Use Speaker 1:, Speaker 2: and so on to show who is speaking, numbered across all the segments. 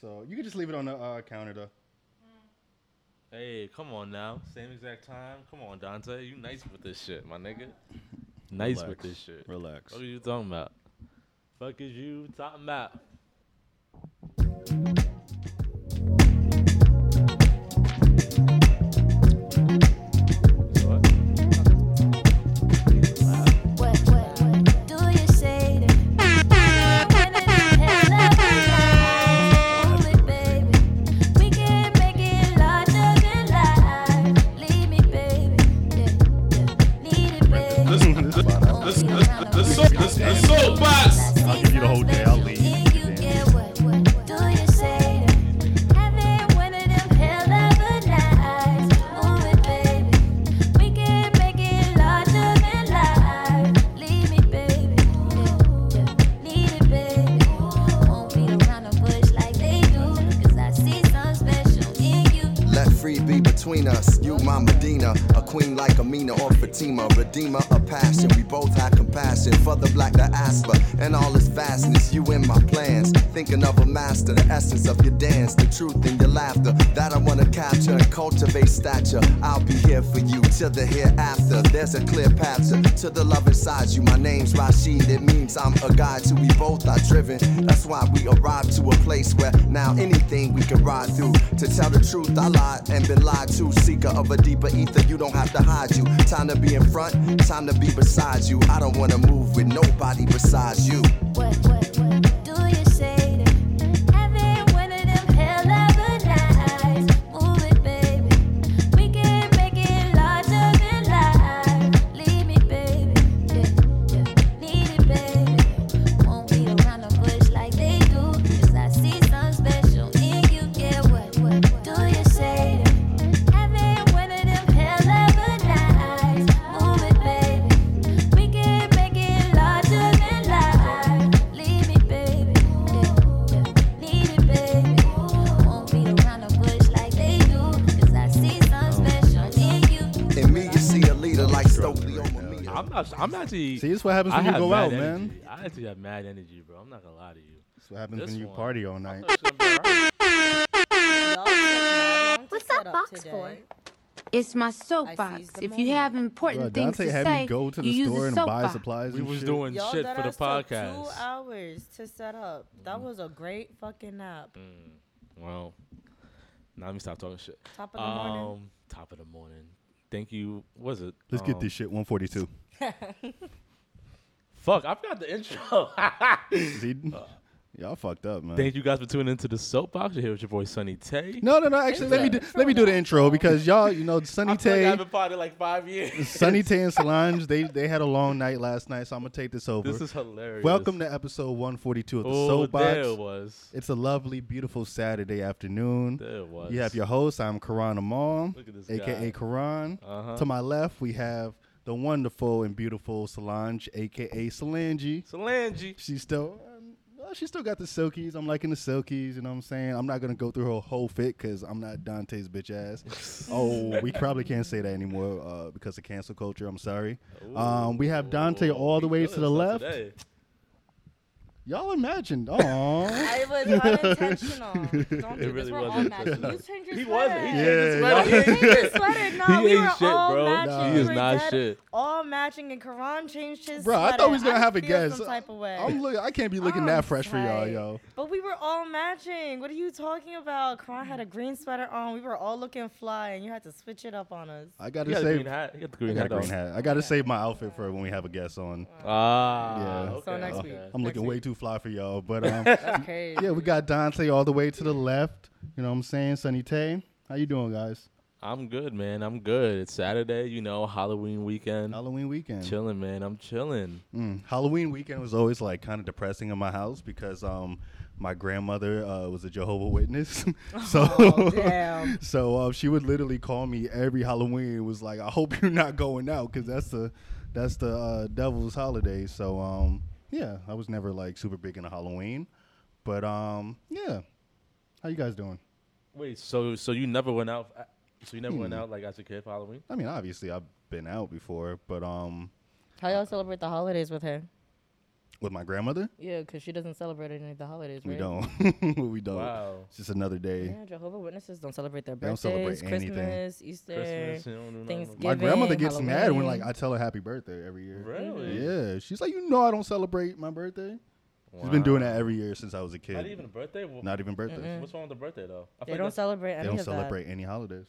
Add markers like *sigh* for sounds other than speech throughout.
Speaker 1: So you can just leave it on the uh, counter though.
Speaker 2: Hey, come on now. Same exact time. Come on, Dante. You nice with this shit, my nigga. Nice with
Speaker 3: Relax.
Speaker 2: this shit. Oh,
Speaker 3: Relax.
Speaker 2: What are you talking about? Fuck is you talking about? What?
Speaker 4: What what what do you say? Only baby, we can make it larger than life. Leave me, baby, need it, baby.
Speaker 2: *laughs*
Speaker 4: This this this soapbox. I'll give you the whole day. I'll leave. Do you say? Having one of them hell of a nights. Only baby. We can make it larger than life. Leave me, baby. Yeah, need it, baby. Won't be around the bush like they do. Cause I see something special in you.
Speaker 5: Let free be between us. You, my Medina, a queen like Amina or Fatima, redeemer of passion. We both have compassion for the black, the asper, and all its vastness. You in my plans, thinking of a master, the essence of your dance, the truth in your laughter. That I wanna capture and cultivate stature. I'll be here for you till the hereafter. There's a clear path to, to the love inside you. My name's Rashid, it means I'm a guide to we both are driven. That's why we arrived to a place where now anything we can ride through. To tell the truth, I lied and been lied to. Seeker of a deeper ether, you don't have to hide you. Time to be in front, time to be beside you. I don't wanna move with nobody besides you.
Speaker 4: What what what do you say? Having one of them hell of a nights. Move it, baby. We can make it larger than life. Leave me, baby. Yeah, yeah, need it, baby. Won't be around the bush like they do. 'Cause I see something special in you. Yeah, what what do you say? Having one of them hell of a nights. Move it, baby. We can make it larger than life. Leave me, baby. Yeah, yeah, need it, baby. Won't be around the bush like they do. 'Cause I see something special in you.
Speaker 5: In me, you see a leader like Stokely Omamiya.
Speaker 2: I'm not. I'm actually.
Speaker 1: See, this what happens
Speaker 2: I
Speaker 1: when you
Speaker 2: have
Speaker 1: go
Speaker 2: mad
Speaker 1: out,
Speaker 2: energy.
Speaker 1: man.
Speaker 2: I actually have mad energy, bro. I'm not gonna lie to you.
Speaker 1: That's what happens
Speaker 2: This
Speaker 1: when you
Speaker 2: one.
Speaker 1: party all night.
Speaker 6: What's that box for?
Speaker 7: It's my
Speaker 6: I
Speaker 7: soapbox.
Speaker 6: seize the
Speaker 7: If you
Speaker 6: moment.
Speaker 7: have important
Speaker 1: Bro,
Speaker 7: things
Speaker 1: Dante
Speaker 7: to
Speaker 1: had
Speaker 7: say,
Speaker 1: me go to
Speaker 7: you
Speaker 1: the
Speaker 7: use
Speaker 1: store
Speaker 7: a
Speaker 1: and buy
Speaker 7: soapbox.
Speaker 1: supplies.
Speaker 2: We
Speaker 1: and
Speaker 2: was
Speaker 1: shit.
Speaker 2: doing
Speaker 6: Y'all
Speaker 2: shit
Speaker 6: that
Speaker 2: for the
Speaker 6: us took Two
Speaker 2: podcast. Mm.
Speaker 6: hours to set up. That was a great fucking nap.
Speaker 2: Well, now let me stop talking shit.
Speaker 6: Top of the morning.
Speaker 2: Um, top of the morning. Thank you. Was it?
Speaker 1: Let's get
Speaker 2: um,
Speaker 1: this shit 142.
Speaker 2: Fuck, I forgot the intro. *laughs*
Speaker 1: See,
Speaker 2: Uh,
Speaker 1: y'all fucked up, man.
Speaker 2: Thank you guys for tuning into the soapbox. You're here with your boy Sunny Tay.
Speaker 1: No, no, no. Actually, let me do, let me do the intro because y'all, you know, Sunny
Speaker 2: I feel like I
Speaker 1: Tay,
Speaker 2: *laughs* haven't potted like five years.
Speaker 1: Sunny Tay and Solange, they they had a long night last night, so I'm gonna take this over.
Speaker 2: *laughs* This is hilarious.
Speaker 1: Welcome to episode 142 of the
Speaker 2: oh, There it
Speaker 1: Soapbox.
Speaker 2: was.
Speaker 1: It's a lovely, beautiful Saturday afternoon.
Speaker 2: There it was.
Speaker 1: You have your host. I'm Karan Amal,
Speaker 2: Look at this
Speaker 1: aka
Speaker 2: guy.
Speaker 1: Karan.
Speaker 2: Uh-huh.
Speaker 1: To my left, we have the wonderful and beautiful Solange, aka Solange.
Speaker 2: Solange.
Speaker 1: She's still, um, well, she still got the silkies. I'm liking the silkies. You know what I'm saying? I'm not gonna go through her whole fit because I'm not Dante's bitch
Speaker 2: *laughs*
Speaker 1: ass. oh, we probably can't say that anymore uh, because of cancel culture. I'm sorry. Um, we have Dante
Speaker 2: Ooh,
Speaker 1: all the
Speaker 2: we
Speaker 1: way
Speaker 2: feeling
Speaker 1: to the
Speaker 2: stuff
Speaker 1: left.
Speaker 2: today.
Speaker 1: Y'all imagined?
Speaker 6: *laughs*
Speaker 1: Oh,
Speaker 6: I
Speaker 2: *laughs*
Speaker 6: was unintentional. Don't do this.
Speaker 2: really
Speaker 6: We're
Speaker 2: was
Speaker 6: all
Speaker 2: unintentional.
Speaker 6: matching. You turned your
Speaker 2: He
Speaker 6: sweater.
Speaker 2: wasn't. He
Speaker 1: Yeah,
Speaker 2: changed
Speaker 6: You
Speaker 2: his sweater. *laughs*
Speaker 6: changed your sweater. No,
Speaker 2: He
Speaker 6: we
Speaker 2: ain't
Speaker 6: were
Speaker 2: shit,
Speaker 6: all
Speaker 2: bro.
Speaker 6: matching.
Speaker 1: Nah.
Speaker 2: He is
Speaker 6: We were
Speaker 2: not
Speaker 6: dead
Speaker 2: shit.
Speaker 6: All matching, and Karan changed his
Speaker 1: bro,
Speaker 6: sweater.
Speaker 1: I thought we was gonna have a
Speaker 6: feel
Speaker 1: guest.
Speaker 6: Some type of way.
Speaker 1: I'm look. I can't be looking
Speaker 6: I'm
Speaker 1: that fresh for y'all,
Speaker 6: tight.
Speaker 1: yo.
Speaker 6: But we were all matching. What are you talking about? Karan had a green sweater on. We were all looking fly, and you had to switch it up on us.
Speaker 1: I gotta
Speaker 2: He got the
Speaker 1: save.
Speaker 2: green hat. He got the
Speaker 1: I
Speaker 2: green
Speaker 1: got
Speaker 2: hat.
Speaker 1: a green
Speaker 2: on.
Speaker 1: hat. I gotta save my outfit for when we have a guest on.
Speaker 2: Ah.
Speaker 1: Yeah.
Speaker 2: Okay,
Speaker 6: So next
Speaker 2: okay.
Speaker 6: week.
Speaker 1: I'm
Speaker 6: Next
Speaker 1: looking
Speaker 6: week.
Speaker 1: way too fly for y'all, but um,
Speaker 6: *laughs* That's crazy.
Speaker 1: yeah, we got Dante all the way to the left. You know what I'm saying? Sunny Tay, how you doing, guys?
Speaker 2: I'm good, man. I'm good. It's Saturday, you know, Halloween weekend.
Speaker 1: Halloween weekend.
Speaker 2: Chilling, man. I'm chilling.
Speaker 1: Mm. Halloween weekend was always like kind of depressing in my house because um my grandmother uh, was a Jehovah Witness, *laughs* so
Speaker 6: Damn.
Speaker 1: *laughs* so uh, she would literally call me every Halloween. Was like, I hope you're not going out because that's the that's the uh, devil's holiday. So um yeah, I was never like super big into Halloween, but um yeah, how you guys doing?
Speaker 2: Wait, so so you never went out? uh, So you never
Speaker 1: Hmm.
Speaker 2: went out like as a kid for Halloween?
Speaker 1: I mean, obviously I've been out before, but um
Speaker 6: How y'all celebrate the holidays with her?
Speaker 1: With my grandmother,
Speaker 6: Yeah, because she doesn't celebrate any of the holidays,
Speaker 1: we
Speaker 6: right?
Speaker 1: don't. *laughs* we don't.
Speaker 2: Wow.
Speaker 1: It's just another day.
Speaker 6: Yeah, Jehovah Witnesses don't celebrate their
Speaker 1: They don't
Speaker 6: birthdays,
Speaker 1: celebrate anything.
Speaker 6: Christmas, Easter,
Speaker 2: Christmas, you don't do nothing.
Speaker 6: Thanksgiving.
Speaker 1: My grandmother gets mad when like
Speaker 6: Halloween.
Speaker 1: I tell her happy birthday every year.
Speaker 6: Mm-hmm.
Speaker 2: Really?
Speaker 1: Yeah, she's like, you know, I don't celebrate my birthday. She's been doing
Speaker 2: Wow.
Speaker 1: that every year since I was a kid.
Speaker 2: Not even a birthday. Wha-
Speaker 1: Not even birthdays.
Speaker 2: What's wrong with the birthday though? I feel
Speaker 6: Mm. they don't
Speaker 2: like that's-
Speaker 6: celebrate any
Speaker 1: They don't
Speaker 6: of
Speaker 1: celebrate any holidays.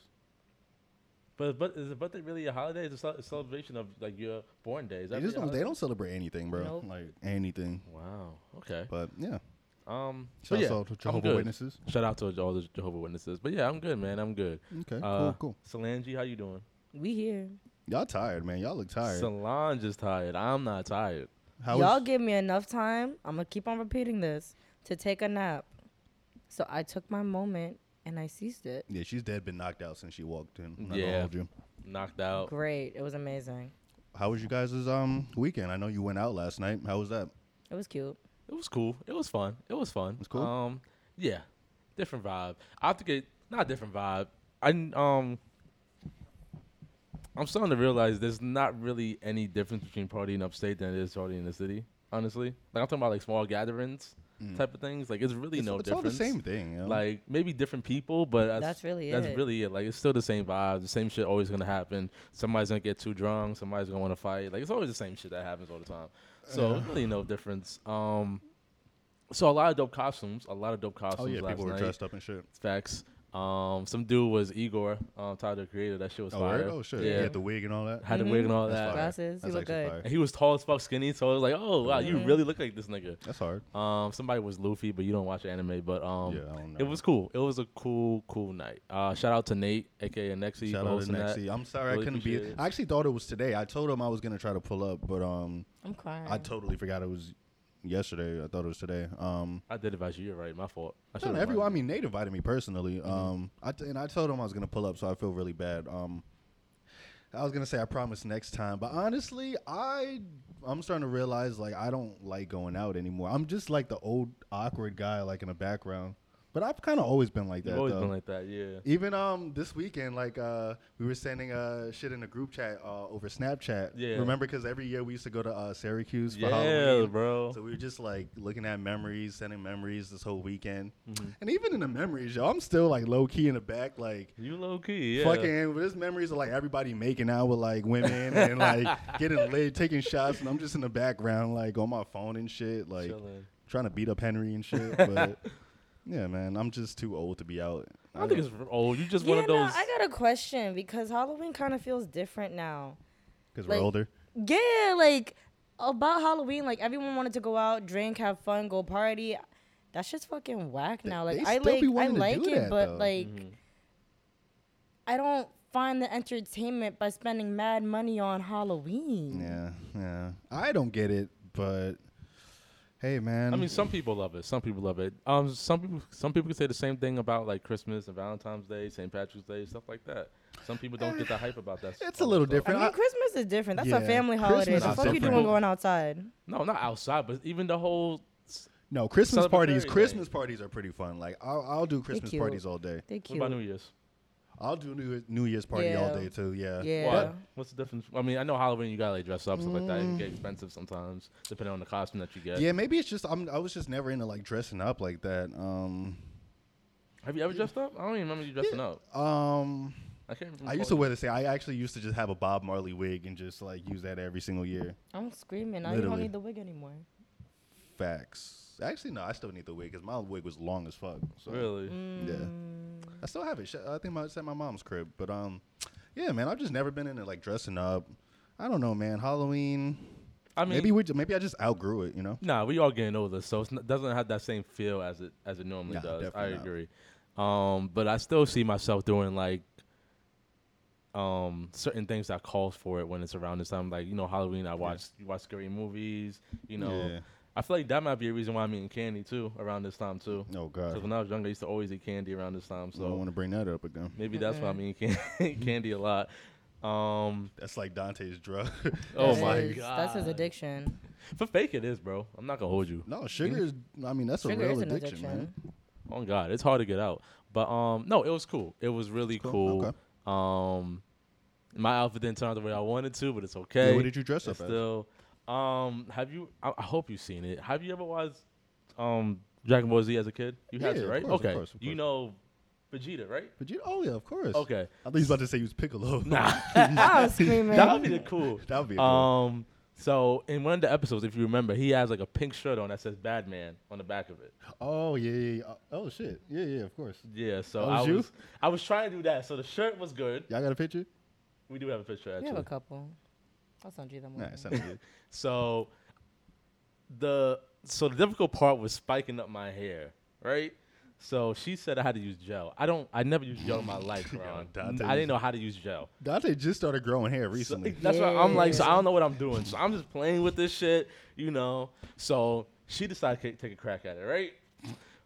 Speaker 2: But but is the birthday really a holiday? It's a cel- celebration of like your born day. Is that
Speaker 1: They just
Speaker 2: really
Speaker 1: don't.
Speaker 2: a
Speaker 1: They don't celebrate anything, bro.
Speaker 6: Nope.
Speaker 1: Like anything.
Speaker 2: holiday? Wow. Okay.
Speaker 1: But yeah,
Speaker 2: Um. but
Speaker 1: shout
Speaker 2: yeah,
Speaker 1: out to
Speaker 2: I'm
Speaker 1: Jehovah
Speaker 2: good.
Speaker 1: Witnesses.
Speaker 2: Shout out to all the Jehovah Witnesses. But yeah, I'm good, man. I'm good.
Speaker 1: Okay,
Speaker 2: Uh,
Speaker 1: Mm-hmm. cool, cool.
Speaker 2: Solange, how you doing?
Speaker 6: that. We here.
Speaker 1: Y'all tired, man. Y'all look tired.
Speaker 2: Solange is tired. I'm not tired.
Speaker 1: How
Speaker 6: Y'all
Speaker 1: was-
Speaker 6: give me enough time. I'm gonna keep on repeating this to take a nap. So I took my moment and I seized it.
Speaker 1: yeah, she's dead. Been knocked out since she walked in. I'm not gonna
Speaker 2: Yeah.
Speaker 1: hold you.
Speaker 2: Knocked out.
Speaker 6: Great. It was amazing.
Speaker 1: How was you guys' um weekend? I know you went out last night. How was that?
Speaker 6: It was cute.
Speaker 2: It was cool. It was fun. It was fun. It
Speaker 1: was cool?
Speaker 2: Um, yeah, different vibe. I have to get not a different vibe. I n- um, I'm starting to realize there's not really any difference between partying upstate than it is partying in the city. Honestly, like I'm talking about like small gatherings type of things. Like it's really
Speaker 1: Mm. it's
Speaker 2: no
Speaker 1: it's all
Speaker 2: difference.
Speaker 1: the same thing. You know?
Speaker 2: Like maybe different people, but that's,
Speaker 6: That's really
Speaker 2: that's
Speaker 6: it.
Speaker 2: really it. Like it's still the same vibe. The same shit always gonna happen. Somebody's gonna get too drunk. Somebody's gonna want to fight. Like it's always the same shit that happens all the time. So it's really no difference. Um, so a lot of dope costumes. A lot of dope costumes.
Speaker 1: oh yeah,
Speaker 2: last
Speaker 1: people were
Speaker 2: night.
Speaker 1: dressed up and shit.
Speaker 2: Facts. Um, some dude was Igor. Um, Tyler the Creator. That shit was
Speaker 1: Oh,
Speaker 2: fire.
Speaker 1: word? oh shit.
Speaker 2: Yeah.
Speaker 1: He had the wig and all that.
Speaker 2: Had the wig
Speaker 6: Mm-hmm.
Speaker 2: and all
Speaker 1: That's
Speaker 2: that.
Speaker 1: fire.
Speaker 6: Glasses, you
Speaker 1: That's
Speaker 6: look
Speaker 1: actually
Speaker 6: good.
Speaker 1: fire.
Speaker 2: And he was tall as fuck, skinny. So I was like, oh wow, you really look like this nigga.
Speaker 1: That's
Speaker 2: *laughs*
Speaker 1: hard.
Speaker 2: Um, somebody was Luffy, but you don't watch anime. But um,
Speaker 1: Yeah, I don't
Speaker 2: it
Speaker 1: know.
Speaker 2: was cool. It was a cool, cool night. Uh, shout out to Nate, aka
Speaker 1: Shout
Speaker 2: Nexi, for
Speaker 1: out to
Speaker 2: hosting that.
Speaker 1: Nexi. I'm sorry
Speaker 2: Really
Speaker 1: I couldn't be.
Speaker 2: appreciate it.
Speaker 1: I actually thought it was today. I told him I was gonna try to pull up, but um,
Speaker 6: I'm crying.
Speaker 1: I totally forgot it was yesterday. I thought it was today. Um,
Speaker 2: I did advise you. You're right. My fault. I
Speaker 1: no,
Speaker 2: should've
Speaker 1: everyone. I
Speaker 2: reminded
Speaker 1: mean, Nate invited me personally.
Speaker 2: Mm-hmm.
Speaker 1: Um, I t- and I told him I was gonna pull up, so I feel really bad. Um, I was gonna say I promise next time, but honestly, I I'm starting to realize like I don't like going out anymore. I'm just like the old awkward guy, like in the background. But I've kind of always been like that.
Speaker 2: you. You've always
Speaker 1: though.
Speaker 2: been like that. Yeah.
Speaker 1: Even um this weekend, like uh we were sending uh shit in a group chat uh, over Snapchat.
Speaker 2: Yeah.
Speaker 1: Remember, because every year we used to go to uh, Syracuse for
Speaker 2: Yeah,
Speaker 1: Halloween,
Speaker 2: bro.
Speaker 1: So we were just like looking at memories, sending memories this whole weekend,
Speaker 2: Mm-hmm.
Speaker 1: and even in the memories, yo, I'm still like low key in the back, like.
Speaker 2: You low key. Yeah.
Speaker 1: Fucking, but his memories of like everybody making out with like women
Speaker 2: *laughs*
Speaker 1: and like getting laid, taking shots, and I'm just in the background like on my phone and shit, like
Speaker 2: Chilling.
Speaker 1: trying to beat up Henry and shit.
Speaker 2: *laughs*
Speaker 1: But yeah, man, I'm just too old to be out.
Speaker 2: I don't think it's old. You just one
Speaker 6: Yeah,
Speaker 2: of
Speaker 6: no,
Speaker 2: those.
Speaker 6: I got a question because Halloween kind of feels different now.
Speaker 1: because
Speaker 6: like-
Speaker 1: we're older.
Speaker 6: Yeah, like about Halloween, like everyone wanted to go out, drink, have fun, go party. That shit's fucking whack now. Like
Speaker 1: they
Speaker 6: I
Speaker 1: still
Speaker 6: like
Speaker 1: be
Speaker 6: I
Speaker 1: wanting to
Speaker 6: like
Speaker 1: do
Speaker 6: it,
Speaker 1: that,
Speaker 6: but
Speaker 1: though.
Speaker 6: like
Speaker 2: Mm-hmm.
Speaker 6: I don't find the entertainment by spending mad money on Halloween.
Speaker 1: Yeah, yeah. I don't get it, but hey, man.
Speaker 2: I mean, some people love it. Some people love it. Um, some people, some people can say the same thing about like Christmas and Valentine's Day, St. Patrick's Day, stuff like that. Some people don't get the hype about that.
Speaker 1: Eh, It's
Speaker 2: all
Speaker 1: a little
Speaker 2: that stuff.
Speaker 6: I
Speaker 1: different.
Speaker 6: mean,
Speaker 1: I-
Speaker 6: Christmas is different. That's a
Speaker 1: Yeah,
Speaker 6: family holiday.
Speaker 1: Christmas
Speaker 6: the
Speaker 1: is
Speaker 6: fuck you doing
Speaker 1: different.
Speaker 6: going outside?
Speaker 2: No, not outside, but even the whole. s-
Speaker 1: no, Christmas
Speaker 2: Celebratory
Speaker 1: parties.
Speaker 2: day.
Speaker 1: Christmas parties are pretty fun. Like I'll, I'll do Christmas
Speaker 6: cute.
Speaker 1: parties all day.
Speaker 6: They
Speaker 2: What about New
Speaker 6: cute.
Speaker 2: Year's?
Speaker 1: I'll do New Year's, New Year's party all
Speaker 6: Yeah.
Speaker 1: day too. Yeah.
Speaker 6: Yeah.
Speaker 2: Why? What's the difference? I mean, I know Halloween you gotta like dress up stuff like that. It can get expensive sometimes, depending on the costume that you get.
Speaker 1: Mm. Yeah, maybe it's just I'm. I was just never into like dressing up like that. Um,
Speaker 2: Have you ever dressed up? I don't even remember you dressing up.
Speaker 1: um.
Speaker 2: I can't. Remember
Speaker 1: I used to wear the same. I actually used to just have a Bob Marley wig and just like use that every single year.
Speaker 6: I'm screaming. I don't
Speaker 1: Literally.
Speaker 6: need the wig anymore.
Speaker 1: Facts. Actually, no, I still need the wig because my wig was long as fuck. So.
Speaker 2: Really?
Speaker 1: Yeah.
Speaker 6: Mm.
Speaker 1: I still have it. Sh- I think my, it's at my mom's crib. But um, yeah, man, I've just never been into like dressing up. I don't know, man. Halloween.
Speaker 2: I mean,
Speaker 1: maybe we. ju- Maybe I just outgrew it. You know.
Speaker 2: Nah, we all getting older, so it doesn't have that same feel as it as it normally
Speaker 1: Nah,
Speaker 2: does. I
Speaker 1: definitely not.
Speaker 2: agree, um, but I still see myself doing like um, certain things that calls for it when it's around this time. Like you know, Halloween, I watch you watch scary movies. You know,
Speaker 1: Yeah.
Speaker 2: I feel like that might be a reason why I'm eating candy too around this time too.
Speaker 1: Oh, God.
Speaker 2: Because when I was younger, I used to always eat candy around this time,
Speaker 1: I don't
Speaker 2: so
Speaker 1: want to bring that up again.
Speaker 2: maybe that's why I'm eating can- *laughs* candy a lot. Um,
Speaker 1: That's like Dante's drug.
Speaker 2: *laughs* Oh
Speaker 6: That
Speaker 2: my
Speaker 6: is- That's his
Speaker 2: God.
Speaker 6: addiction.
Speaker 2: for fake, it is, bro. I'm not gonna hold you.
Speaker 1: no, sugar is. I mean, that's
Speaker 6: Sugar
Speaker 1: a
Speaker 6: is
Speaker 1: real
Speaker 6: an
Speaker 1: addiction,
Speaker 6: addiction.
Speaker 1: man.
Speaker 2: Oh God, it's hard to get out. But um, no, it was cool. It was really cool.
Speaker 1: cool. Okay.
Speaker 2: Um, my outfit didn't turn out the way I wanted to, but it's okay.
Speaker 1: what did you dress
Speaker 2: It's
Speaker 1: up as?
Speaker 2: Still, Um, have you? I, I hope you've seen it. Have you ever watched um Dragon Ball Z as a kid? You had
Speaker 1: Yeah,
Speaker 2: to,
Speaker 1: of
Speaker 2: right?
Speaker 1: course, of
Speaker 2: okay,
Speaker 1: course, of
Speaker 2: you
Speaker 1: course.
Speaker 2: know Vegeta, right?
Speaker 1: But you, oh yeah, of course.
Speaker 2: Okay.
Speaker 1: I thought you was about to say you was Piccolo.
Speaker 2: *laughs* Nah.
Speaker 6: I was screaming.
Speaker 2: That would be the cool.
Speaker 1: *laughs* That would be cool.
Speaker 2: Um, so in one of the episodes, if you remember, he has like a pink shirt on that says "Bad Man" on the back of it.
Speaker 1: oh yeah, yeah, yeah. Oh shit. Yeah, yeah, of course.
Speaker 2: Yeah. So
Speaker 1: That was
Speaker 2: I
Speaker 1: Oh, you?
Speaker 2: was I was trying to do that. So the shirt was good.
Speaker 1: Y'all got a picture?
Speaker 2: We do have a picture
Speaker 6: we
Speaker 2: actually.
Speaker 6: have a couple. I'll send you them.
Speaker 1: Nah,
Speaker 6: over.
Speaker 1: it
Speaker 2: *laughs*
Speaker 1: sounds good.
Speaker 2: So the so the difficult part was spiking up my hair, right? So she said I had to use gel. I don't. I never used gel in my life,
Speaker 1: *laughs* Yo,
Speaker 2: Ron.
Speaker 1: Dante
Speaker 2: I
Speaker 1: was-
Speaker 2: didn't know how to use gel.
Speaker 1: Dante just started growing hair
Speaker 2: So,
Speaker 1: recently.
Speaker 2: *laughs* that's why I'm like, so I don't know what I'm doing. So I'm just playing with this shit, you know. So she decided to take a crack at it, right?